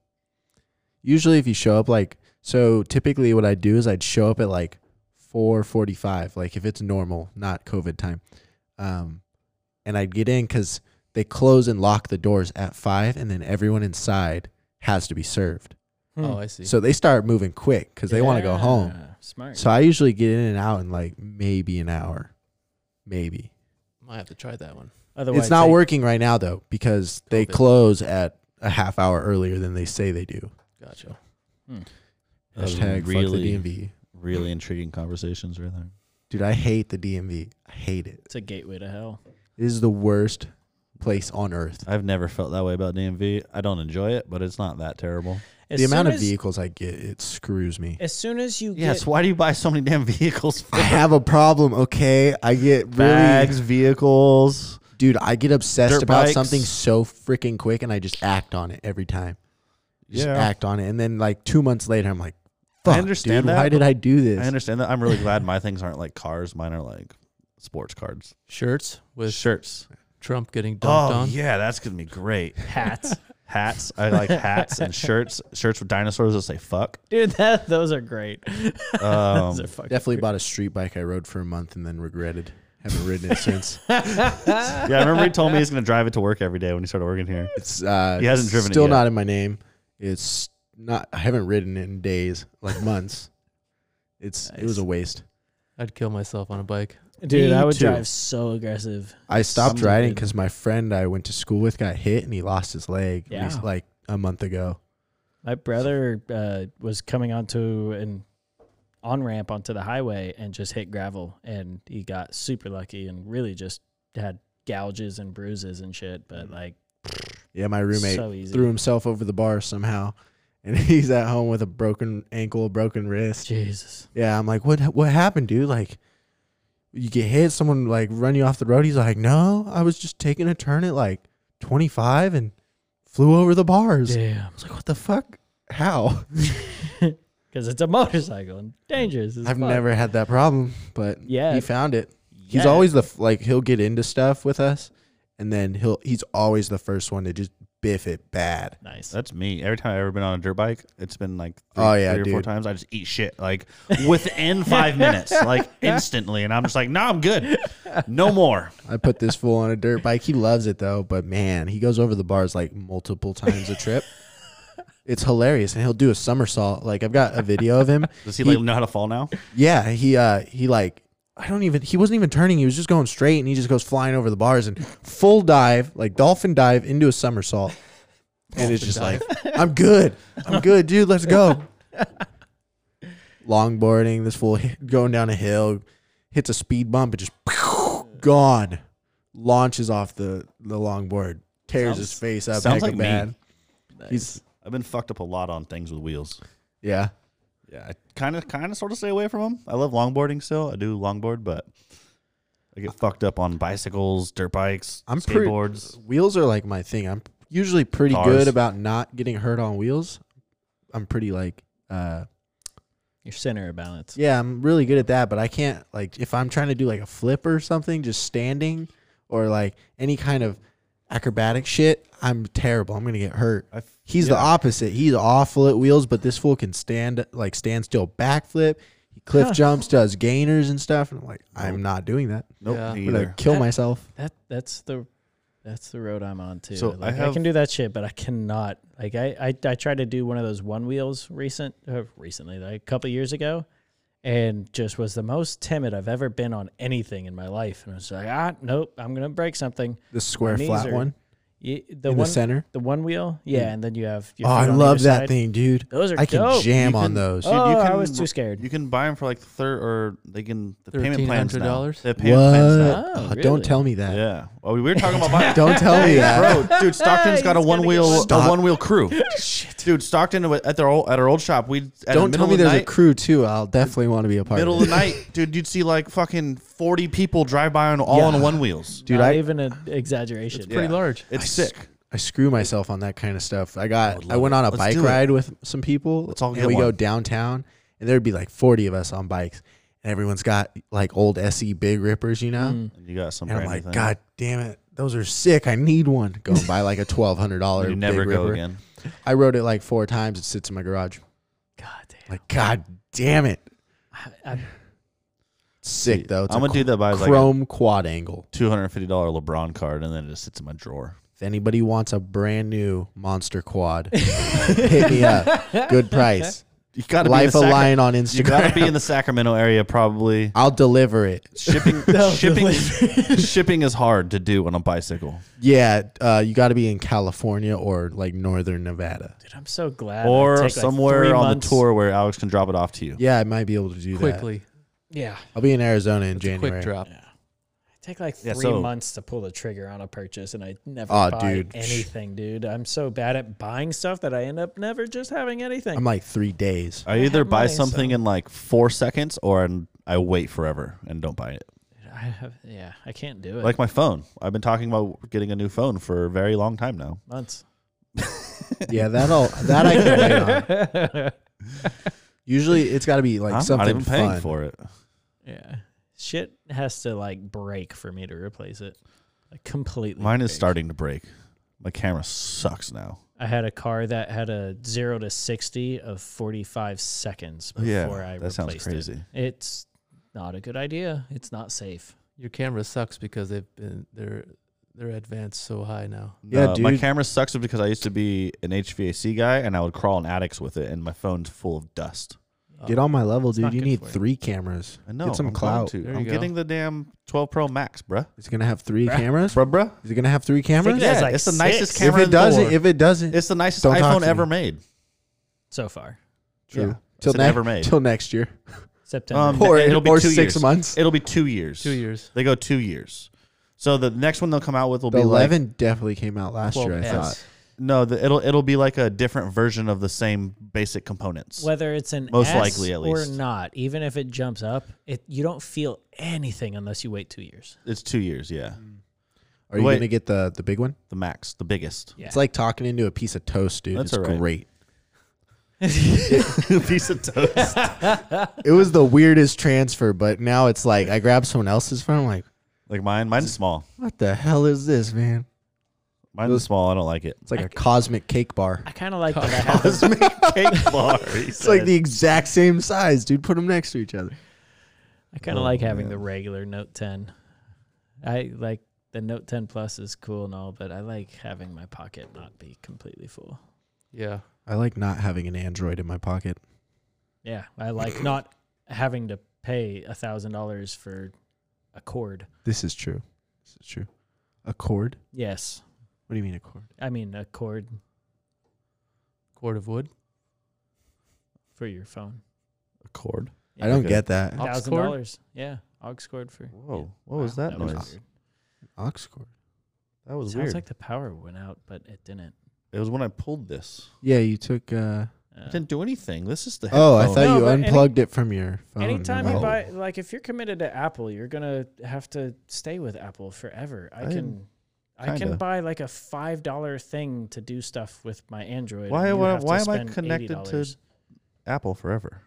Usually, if you show up like so, typically what I do is I'd show up at like four forty-five, like if it's normal, not COVID time, um, and I'd get in because they close and lock the doors at five, and then everyone inside has to be served.
Oh, I see.
So they start moving quick because Hmm. they want to go home.
Yeah, Smart.
So I usually get in and out in like maybe an hour, maybe.
Might have to try that one.
Otherwise,
it's not
they-
working right now though because they
COVID.
close at a half hour earlier than they say they do.
Gotcha.
That was
Hashtag
really,
Um, fuck the DMV.
really intriguing conversations right there.
Dude, I hate the DMV. I hate it.
It's a gateway to hell.
It is the worst place on earth.
I've never felt that way about DMV. I don't enjoy it, but it's not that terrible.
As
the
soon
amount of
as,
vehicles I get, it screws me.
As soon as you
Yes.
get
Why do you buy so many damn vehicles?
I have a problem, okay? I get really
Bags, vehicles.
dude, I get obsessed
Dirt
about
bikes.
something so freaking quick and I just act on it every time. Just act on it. And then like two months later I'm like,
I
fuck.
understand
dude,
that.
why did I do this?
I understand that. I'm really glad my things aren't like cars. Mine are like sports cards
Shirts with
shirts.
Trump getting dunked
Oh
on.
yeah, that's gonna be great.
hats,
Hats. I like hats and shirts. Shirts with dinosaurs that say fuck.
dude, that those are great.
Um,
Those are fucking
Definitely bought a street bike I rode for a month and then regretted. Haven't ridden it since.
yeah, I remember he told me he's gonna drive it to work every day when he started working here.
It's uh,
He hasn't driven it
Still
yet.
not in my name. It's not. I haven't ridden it in days, like months. It's it was
Nice.
a waste.
I'd kill myself on a bike.
dude.
Me
I would
too.
drive so aggressive.
I stopped
Something
riding
did.
because my friend I went to school with got hit and he lost his leg.
Yeah.
rec- like a month ago.
My brother uh, was coming onto an on ramp onto the highway and just hit gravel, and he got super lucky and really just had gouges and bruises and shit.
Mm.
But like,
Yeah, my roommate
so easy.
threw himself over the bar somehow, and he's at home with a broken ankle, a broken wrist.
Jesus,
Yeah, I'm like, what what happened, dude? Like, you get hit, someone like run you off the road. He's like, no, I was just taking a turn at like 25 and flew over the bars.
damn,
I was like, what the fuck? How?
because it's a motorcycle and dangerous. As
I've
fuck.
never had that problem, but
Yeah.
he found it. He's
Yeah.
always the f- like he'll get into stuff with us, and then he'll he's always the first one to just biff it bad.
nice.
That's me. Every time I've ever been on a dirt bike, it's been like three,
Oh, yeah,
three or four
dude.
times. I just eat shit like within five minutes, like instantly. And I'm just like, no, I'm good. No more.
I put this fool on a dirt bike. He loves it though, but man, he goes over the bars like multiple times a trip. It's hilarious, and he'll do a somersault. Like I've got a video of him.
Does he, like know how to fall now?
Yeah, he uh he like I don't even he wasn't even turning, he was just going straight and he just goes flying over the bars and full dive, like dolphin dive into a somersault. And it's just like I'm good. I'm good, dude. Let's go. Longboarding, this fool hi- going down a hill, hits a speed bump and just gone. Launches off the the longboard, tears his
Sounds-
face up.
sounds
heck of
like me.
bad.
Nice.
He's
I've been fucked up a lot on things with wheels.
yeah.
Yeah, I kind of, kind of, sort of stay away from them. I love longboarding still. I do longboard, but I get fucked up on bicycles, dirt bikes,
I'm pretty-
skateboards.
wheels are like my thing. I'm usually pretty
Cars.
good about not getting hurt on wheels. I'm pretty like uh
your center of balance.
yeah, I'm really good at that, but I can't like if I'm trying to do like a flip or something just standing or like any kind of acrobatic shit, I'm terrible. I'm going to get hurt.
I f-
He's the
yeah.
opposite. He's awful at wheels, but this fool can stand like stand still backflip. He cliff jumps, does gainers and stuff, and I'm like, I'm not doing that.
Nope,
Yeah.
me
I'm gonna
either.
kill
That-
myself.
That that's the That's the road I'm on too.
So I
like, I,
have-
can do that shit, but I cannot. Like I, I, I tried to do one of those one wheels recent, uh, recently, like a couple years ago, and just was the most timid I've ever been on anything in my life. And I was like, ah, nope, I'm gonna break something.
The square
knees
flat
are-
one
You, the
in
one,
the
the,
center.
one wheel, yeah, and then you have.
Oh, I
feet on
love
either
that
side.
thing, dude.
Those are
I can
dope.
jam
You
on
can-
those.
Dude, you
oh, I
can
was too
r-
scared.
You can buy them for like third or they can the payment plans now.
$1,300?
The
what?
payment plans now.
Oh,
Oh, Don't
really?
tell me that.
Yeah. Well, we were talking about buying.
Don't tell me that.
Bro, dude, Stockton's got a
He's gonna
one
get
wheel
one.
a one wheel crew. Dude, Stockton at their old, at our old shop, we at
Don't
the middle
tell me
of the
there's
night,
a crew too. I'll definitely want to be a part
middle
of
of
it.
the night, dude, you'd see like fucking forty people drive by on all on one wheels.
Dude,
Not
I-
even an exaggeration.
It's pretty
Yeah.
large.
It's
I
sick.
I screw myself on that kind of stuff. I
I would
got I,
love
went
it.
on a
Let's
bike
do it.
ride with some people.
Let's all
and
get
we go
one.
downtown and there'd be like 40 of us on bikes and everyone's got like old SE big rippers, you know?
Mm.
And you got some
And I'm
brand new
like,
thing.
God damn it. Those are sick. I need one. Go and buy like a twelve hundred dollar
you
big
never go
ripper.
again.
I rode it like four times. It sits in my garage.
God damn.
Like, God damn it.
I, I,
Sick though. It's
I'm
a
gonna do that by like a
chrome quad angle.
two hundred and fifty dollar LeBron card and then it just sits in my drawer.
If anybody wants a brand new monster quad, hit me up. Good price.
You gotta
Life
be
a
in the Sacra-
lion on
You gotta
Instagram.
be in the Sacramento area probably.
I'll deliver it.
Shipping
No,
shipping shipping is hard to do on a bicycle.
Yeah, uh, you got to be in California or like northern Nevada.
dude, I'm so glad. I
or
take, like,
somewhere
three
on
months-
the tour where Alex can drop it off to you.
Yeah, I might be able to do that.
Quickly.
Yeah.
I'll be in Arizona in
It's a
January.
quick drop.
take like three
Yeah, so-
months to pull the trigger on a purchase, and I never
Aw,
buy
dude.
anything, dude. I'm so bad at buying stuff that I end up never just having anything.
I'm like three days.
I
I
either
have
buy
money,
something
so-
in like four seconds or an- I wait forever and don't buy it.
I have, yeah, I can't do it.
Like my phone. I've been talking about getting a new phone for a very long time now.
months.
Yeah, that'll that I can wait on. Usually, it's got to be like
I'm
something
not even paying
fun.
for it.
Yeah, shit has to like break for me to replace it. Like completely.
Mine is
break.
starting to break. My camera sucks now.
I had a car that had a zero to sixty of forty five seconds before
Yeah,
I
that
replaced
sounds
it.
crazy.
It's not a good idea. It's not safe.
Your camera sucks because they've been they're they're advanced so high now.
Yeah,
Uh, My
dude.
camera sucks because I used to be an HVAC guy and I would crawl in attics with it, and my phone's full of dust.
Get on my level, dude.
not
You
good
need
for you.
three cameras.
I know.
Get some
I'm going
clout.
to.
There you
I'm
go.
getting the damn 12 Pro Max, bruh.
Is it gonna have three cameras?
Bruh, bruh.
Is it gonna have three
think
cameras?
it has,
Yeah,
like,
it's the
six.
nicest
If
camera.
If
in
it
the
doesn't,
world.
if it doesn't,
it's the nicest
Don't talk
iPhone
to
ever
me.
made.
So far,
true.
Yeah.
Till
It's
ne-
ever made.
Till next year,
September.
Um,
or,
it'll be
or
two
six
years.
months.
It'll be two years.
Two years.
They go two years. So the next one they'll come out with will
The
be like
eleven definitely came out last year. I
12S.
thought.
no, the, it'll it'll be like a different version of the same basic components.
whether it's an
Most
S
likely, at least.
or not even if it jumps up it you don't feel anything unless you wait two years
It's two years, yeah.
Are you
Wait.
gonna get the the big one?
The max, the biggest
yeah
It's like talking into a piece of toast, dude.
That's
it's
all right.
great.
piece of toast.
It was the weirdest transfer, but now it's like I grab someone else's phone. I'm like,
like mine, mine's small.
what the hell is this, man?
Mine's small. I don't like it.
It's like a cosmic cake bar.
i kind of like that i have this
Cake bar.
It's like the exact same size, dude. Put them next to each other.
i kind of like
Oh,
having the regular note 10 i like the note 10 plus is cool and all but i like having my pocket not be completely full
Yeah.
I like not having an Android in my pocket.
yeah i like not having to pay a thousand dollars for a cord
This is true. This is true. A cord?
yes
What do you mean a cord?
i mean a cord
Cord of wood.
for your phone
cord.
I don't
Okay.
get that.
Aux
thousand
cord?
dollars yeah aux cord for
Whoa, what was
Wow,
that, noise?
weird.
Aux cord.
that was
Sounds
weird.
like the power went out, but it didn't.
it was when I pulled this.
Yeah, you took. uh
It didn't do anything. This is the
Oh, I
headphone.
thought
No,
you
but any-
unplugged it from your phone.
Anytime
Oh.
you buy, like, if you're committed to Apple, you're gonna have to stay with Apple forever. I
I-
can, I
kinda.
can buy like a five dollar thing to do stuff with my Android.
Why-
and you
why-
have to
why am I
spend
connected to-
$80.
Apple forever.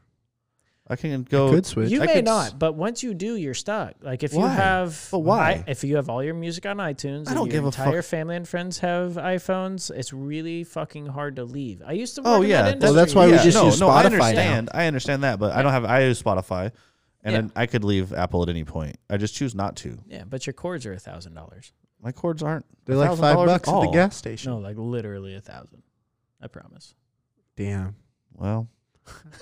I can
I
go.
could switch.
Oh, You
I
may
could s-
not, but once you do, you're stuck. Like if you
Why?
have,
But why?
I- if you have all your music on iTunes,
I
and
don't
your
give a fuck.
entire family and friends have iPhones. It's really fucking hard to leave. I used to. Work
Oh
in
yeah,
that
that's-
Well, that's
industry.
why we
yeah,
just
no,
use
no, I
Spotify now.
understand. I understand that, but I don't have. I use Spotify, and
Yeah.
then I could leave Apple at any point. I just choose not to.
Yeah, but your cords are a thousand dollars.
My cords aren't.
They're like
$1,000
five bucks at the
all.
gas station.
No, like literally a thousand. I promise.
Damn.
Well,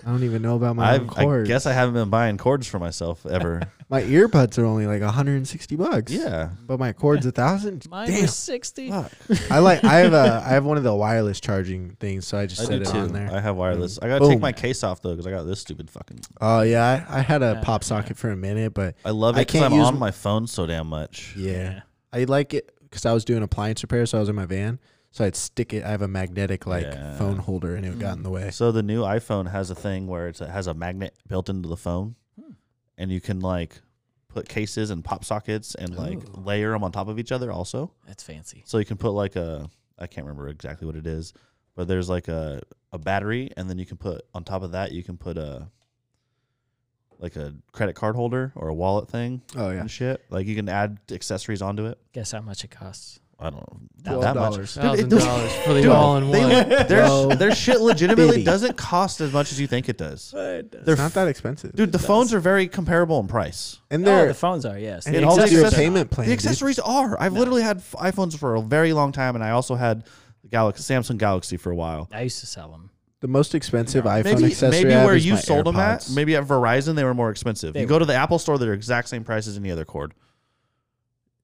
I don't even know about my own
I've, I
cords.
guess I haven't been buying cords for myself ever.
my earbuds are only like 160 bucks.
yeah.
But my cords a thousand.
Mine
Damn.
was sixty.
Fuck.
I like I have a I have one of the wireless charging things, so I just
I
set
do
it
too.
on there.
I have wireless. I gotta take
Boom.
my case off though because I got this stupid fucking.
Oh yeah, I, I had a
Yeah.
pop socket for a minute, but
I love
I
it because
can't
I'm
use
on
m-
my phone so damn much.
yeah. I like it because I was doing appliance repair, so I was in my van. So I'd stick it. I have a magnetic like
Yeah.
phone holder, and it got in the way.
So the new iPhone has a thing where it's, it has a magnet built into the phone,
Hmm.
and you can like put cases and pop sockets and like layer them on top of each other also.
That's fancy.
So you can put like a I can't remember exactly what it is, but there's like a a battery, and then you can put on top of that you can put a like a credit card holder or a wallet thing
Mm.
Oh yeah,
and shit. Like you can add accessories onto it.
Guess how much it costs?
I don't know
twelve
that much.
dollars.
Thousand
does-
dollars for the
Dude,
all in
they-
one.
Their, their shit legitimately
Bitty.
doesn't cost as much as you think it does.
They're
They're
not that expensive,
Dude, the phones are very comparable in price.
And
Oh,
they're
the phones are yes.
and
it
it
all
comes
the
to a
accessories-
payment plan.
the
dude.
accessories are. I've literally had f- iPhones for a very long time, and I also had the Galaxy, Samsung Galaxy for a while.
I used to sell them.
The most expensive iPhone
Maybe,
accessory.
maybe
I have
where
is
you
my
sold them at,
AirPods.
maybe at Verizon, they were more expensive.
They
you go to the Apple store, they're exact same price as any other cord.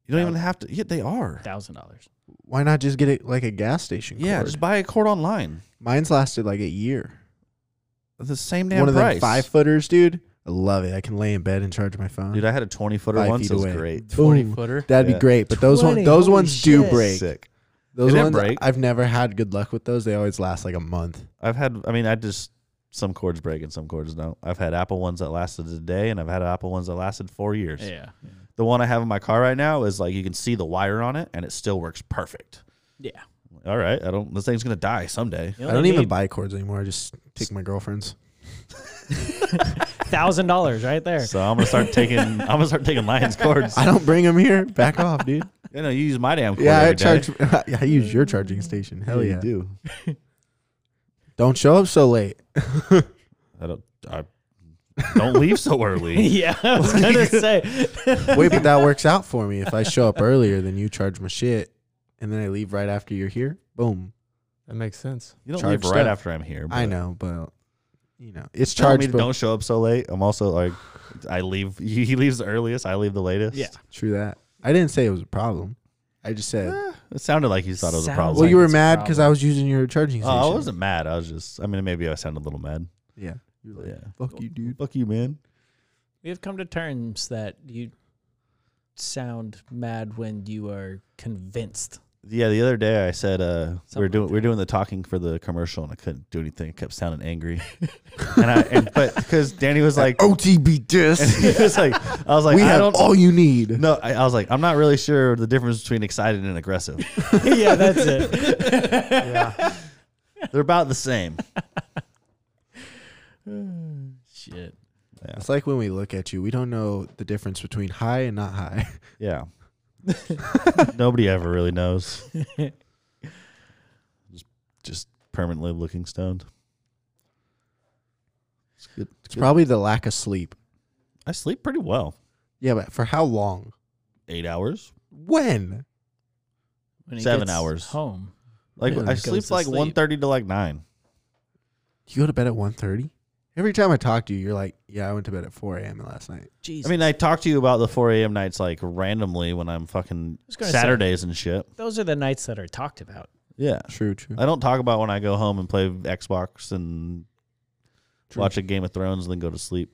You don't even have to. Yeah, they are.
Thousand dollars.
Why not just get it like a gas station?
Yeah,
cord?
just buy a cord online.
mine's lasted like a year.
The same damn
One of
price.
them five footers, dude. I love it. I can lay in bed and charge my phone.
Dude, I had a 20 footer
Five
once. It
feet
was
away.
great.
Forty
Boom.
footer.
That'd
Yeah.
be great, but those
20,
one, those
holy
ones do
shit.
break.
Sick. They
Those
didn't
ones
break.
I've never had good luck with those. They always last like a month.
I've had. I mean, I just some cords break and some cords don't. I've had Apple ones that lasted a day, and I've had Apple ones that lasted four years.
Yeah.
The one I have in my car right now is like you can see the wire on it, and it still works perfect.
Yeah.
All right, I don't. This thing's gonna die someday.
I don't even buy cords anymore. I just take my girlfriend's.
thousand dollars right there.
So I'm gonna start taking. I'm gonna start taking Lions cords.
I don't bring them here. Back off, dude.
You know, you use my damn cord.
Yeah, I
every day.
charge. I use your charging station. Hell yeah.
you do.
Don't show up so late.
I don't. I don't leave so early.
yeah, I was gonna say.
Wait, but that works out for me. If I show up earlier, then you charge my shit, and then I leave right after you're here. Boom.
That makes sense.
You don't
Charge
leave right
stuff.
after I'm here.
I know, but you know it's
Tell me
charged.
to
but-
don't show up so late. I'm also like, I leave. He leaves the earliest. I leave the latest.
Yeah.
True that. I didn't say it was a problem. I just said.
It sounded like you thought it was a
Sounds
problem.
well,
like
you were
it's a
mad because
problem.
I was using your charging station.
Oh, I wasn't mad. I was just. I mean, maybe I sounded a little mad.
Yeah. You're
Yeah.
Fuck you, dude.
Fuck you, man.
We have come to terms that you sound mad when you are convinced.
Yeah. The other day, I said uh, we were
Something
doing
like
we were doing the talking for the commercial, and I couldn't do anything. I kept sounding angry. and I and, but because Danny was like,
OTB
and
disc.
he was like, I was like,
Oh, we
I
have
don't.
all you need.
no, I, I was like, I'm not really sure the difference between excited and aggressive.
yeah, that's it.
They're about the same.
Shit.
It's like when we look at you, we don't know the difference between high and not high.
Yeah. Nobody ever really knows. just, just permanently looking stoned. It's good. It's
It's
good.
probably the lack of sleep.
I sleep pretty well.
Yeah, but for how long?
Eight hours.
When?
When
Seven hours.
home.
Like
Yeah.
I
Goes
sleep
to
like
sleep.
one thirty to like nine.
You go to bed at 1.30? Every time I talk to you, you're like, yeah, I went to bed at 4 a.m. last night.
Jesus.
I mean, I talk to you about the four a.m. nights like randomly when I'm fucking
was gonna say-
Saturdays and shit.
those are the nights that are talked about.
Yeah,
True, true.
I don't talk about when I go home and play Xbox and
True.
watch a Game of Thrones and then go to sleep.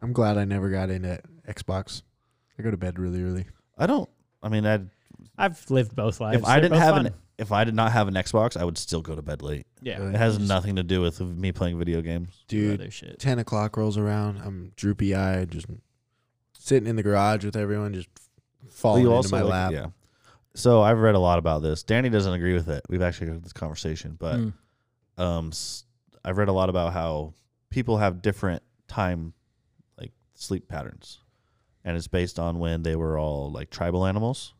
I'm glad I never got into Xbox. I go to bed really early.
I don't. I mean, I'd
I've lived both lives.
if I
They're
didn't
both
have
fun.
an if I did not have an Xbox, I would still go to bed late.
yeah,
Really?
It has nothing to do with me playing video games.
Dude,
other shit.
10 o'clock rolls around. I'm droopy eyed, just sitting in the garage with everyone, just falling
You
into my
like-
lap.
Yeah. So I've read a lot about this. Danny doesn't agree with it. We've actually had this conversation, but
Mm.
um, s- I've read a lot about how people have different time, like sleep patterns, and it's based on when they were all like tribal animals.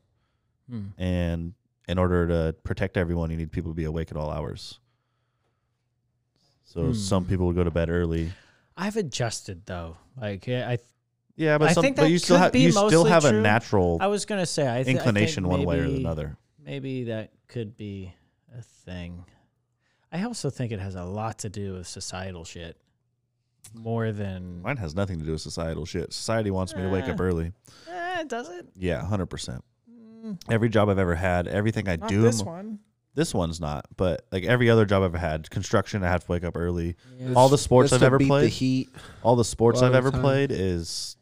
Mm.
And in order to protect everyone, you need people to be awake at all hours. So
Hmm.
Hmm. some people would go to bed early.
I've adjusted though. Like yeah, I
Yeah, but
I
some,
think
but
that
you still
could
have
be
you still
mostly
have a
true.
natural
I was gonna say I th- I think
inclination one way or
maybe-
another.
Maybe that could be a thing. I also think it has a lot to do with societal shit, more than
Mine has nothing to do with societal shit. Society wants me to wake up
Uh.
early.
Eh, does it?
Yeah, hundred percent.
Mm,
Every job I've ever had, everything I
Not
do,
this
I'm-
one.
this one's not. But like every other job I've had, construction, I have to wake up early.
Yeah.
All the sports
Just
I've
to
ever
beat The
played,
heat.
all the sports
a lot
I've
of the
ever
time.
played is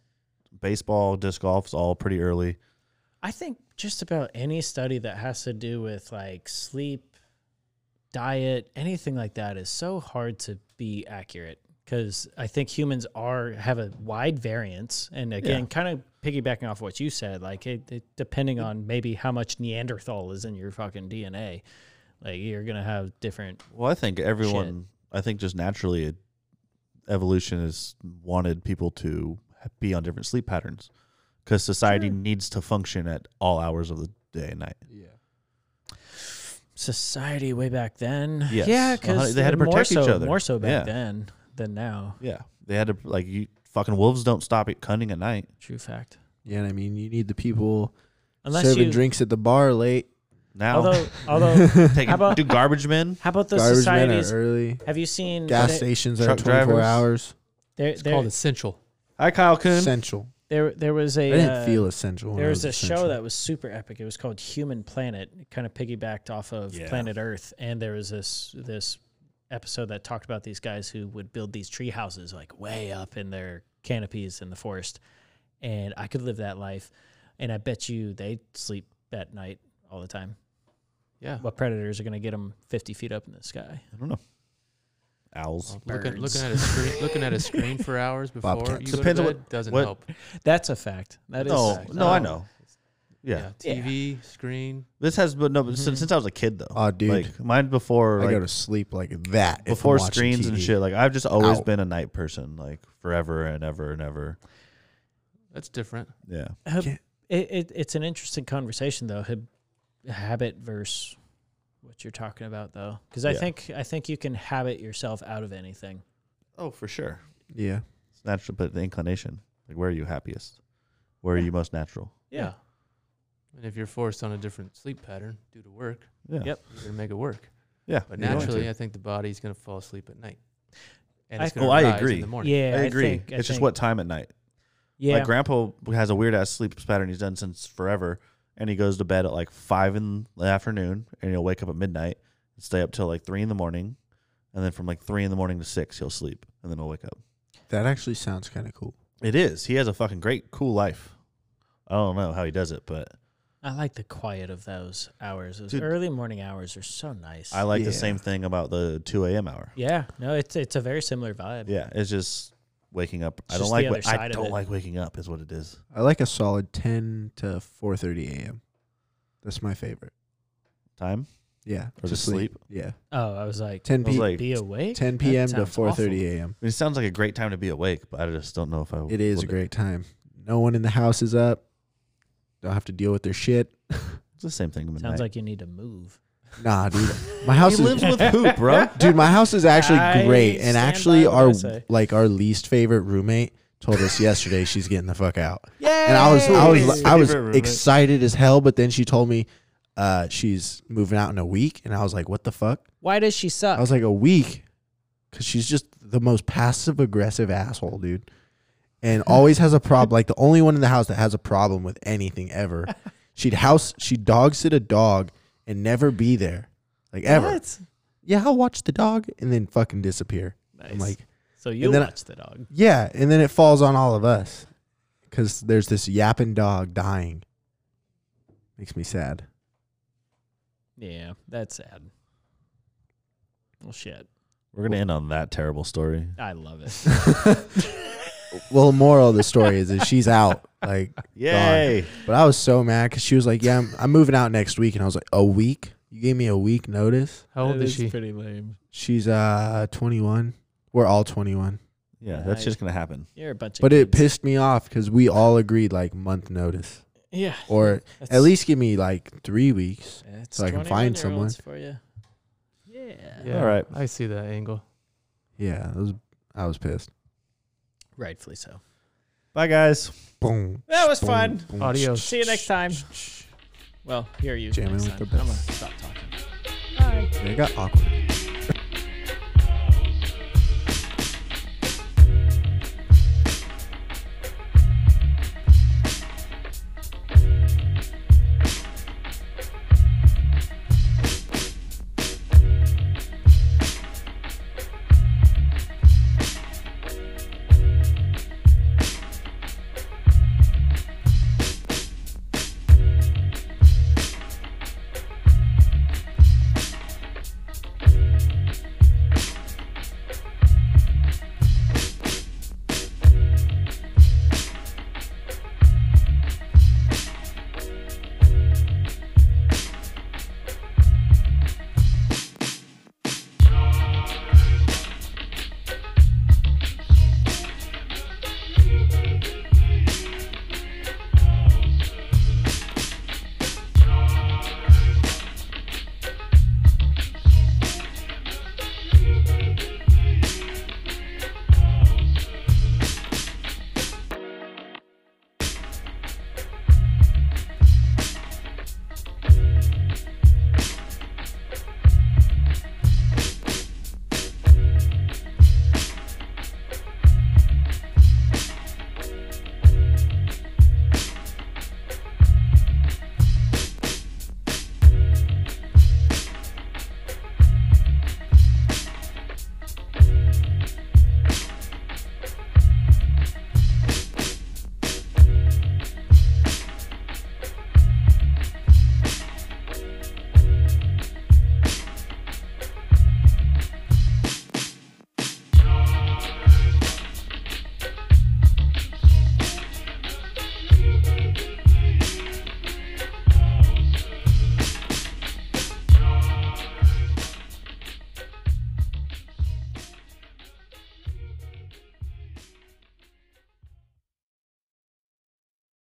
baseball, disc golf. It's all pretty early.
I think just about any study that has to do with like sleep, diet, anything like that is so hard to be accurate because I think humans are have a wide variance. And again, kind of piggybacking off what you said, like it, it, depending on maybe how much Neanderthal is in your fucking DNA, like you're gonna have different.
Well, I think everyone, I think just naturally, it, evolution has wanted people to ha- be on different sleep patterns because society needs to function at all hours of the day and night.
Yeah.
Society way back then,
Yes.
yeah,
Well,
because
they had to protect each
more so,
other.
more so back
Yeah.
then than now.
Yeah, they had to like you. Fucking wolves don't stop at cunning at night.
True fact.
Yeah, and I mean, you need the people
Unless
serving
you,
drinks at the bar late.
Now,
although although.
taking,
how about-
do garbage men?
How about the
Garbage men are
societies?
early.
Have you seen
Gas
there,
stations are
truck
24
drivers.
hours.
there,
It's
there,
called essential.
Hi, Kyle Kuhn.
Essential.
there, there was a
I didn't
uh,
feel essential. when
there
I
was a show
essential.
that was super epic. It was called Human Planet. It kind of piggybacked off of
Yeah.
Planet Earth, and there was this this episode that talked about these guys who would build these tree houses like way up in their canopies in the forest. And I could live that life, and I bet you they sleep at night all the time.
Yeah.
What predators are going to get them fifty feet up in the sky?
I don't know. Owls.
Oh,
Well, looking,
birds.
looking at a screen, looking at a screen for hours before
Bobcats.
you go
Depends
to
on
bed
what-
doesn't
what-
help.
That's a fact. That is a
No,
fact. Oh.
no, I know. Yeah.
Yeah.
TV screen.
this has been no but since,
Mhm.
since I was a kid though.
Aw, dude.
like mine before
I
like,
go to sleep like that if I'm
before
watching
screens and
TV.
shit. Like I've just always
Out.
been a night person, like forever and ever and ever.
That's different.
Yeah,
Hab-
Can't-
it, it, it's an interesting conversation though hab- habit versus what you're talking about though because i
Yeah.
think i think you can habit yourself out of anything
Oh, for sure.
Yeah.
It's natural, but the inclination, like where are you happiest? Where are you most natural?
And if you're forced on a different sleep pattern due to work,
Yeah.
Yep.
you're gonna make it work.
Yeah.
But
you're going
naturally,
to.
I think the body's gonna fall asleep at night, and
I-
it's gonna
Oh, I
rise
agree.
in the morning.
yeah
I agree.
think- I
it's just
think-
what time at night.
yeah
My grandpa has a weird ass sleep pattern he's done since forever, and he goes to bed at like five in the afternoon, and he'll wake up at midnight and stay up till like three in the morning, and then from like three in the morning to six he'll sleep, and then he'll wake up.
That actually sounds kind of cool.
It is. He has a fucking great, cool life. I don't know how he does it, but
i like the quiet of those hours those
Dude.
early morning hours are so nice
I like
Yeah.
the same thing about the two a.m. hour.
yeah no it's it's a very similar vibe
Yeah, it's just waking up. I
It's
don't
just
like.
the
wa-
other
I
side of
don't
it.
like waking up. Is what it is.
I like a solid 10 to 4:30 a.m. That's my favorite.
Time.
Yeah.
Or
to
just
Yeah.
oh i was like
10
I was
p.
like,
be awake
10
That
p.m. to
sounds awful.
4:30 a.m.
it sounds like a great time to be awake, but I just don't know if I.
It is a
would-
great time. No one in the house is up. Don't have to deal with their shit.
It's the same thing.
sounds like you need to move
Nah, dude. My house is
with poop, bro.
Dude, my house is actually
I
great and
stand
actually
by what I
our
say.
like our least favorite roommate told us yesterday she's getting the fuck out. And I was I was
Yay!
I was
Favorite roommate.
excited as hell, but then she told me uh, she's moving out in a week, and I was like, "What the fuck?"
why does she suck
I was like, "A week," because she's just the most passive aggressive asshole, dude, and always has a problem. Like the only one in the house that has a problem with anything ever. She'd house she would dog sit a dog and never be there, like ever.
What?
Yeah, I'll watch the dog and then fucking disappear. I'm
Nice.
like,
so you
then I-
watch the dog
yeah, and then it falls on all of us because there's this yapping dog dying. Makes me sad.
yeah that's sad well shit
We're gonna end on that terrible story.
i love it
Well, moral of the story is that she's out. Like,
Yay!
but I was so mad because she was like, "Yeah, I'm, I'm moving out next week," and I was like, "A week? You gave me a week notice?"
How old
That
is she?
pretty lame
She's uh 21. We're all 21,
Yeah, that's just gonna happen.
You're a bunch of
but it
kids.
pissed me off because we all agreed like month notice,
yeah.
or at
that's-
least give me like three weeks.
it's
so I can find
21-year-olds for you. Yeah.
Yeah,
All right.
I see that angle.
Yeah, it was, I was pissed.
Rightfully so.
Bye, guys.
Boom.
That was
boom,
fun.
boom.
Audio.
See you next time. Well, here you.
Jamming
next time.
with the
I'm gonna
best.
stop talking.
It got awkward.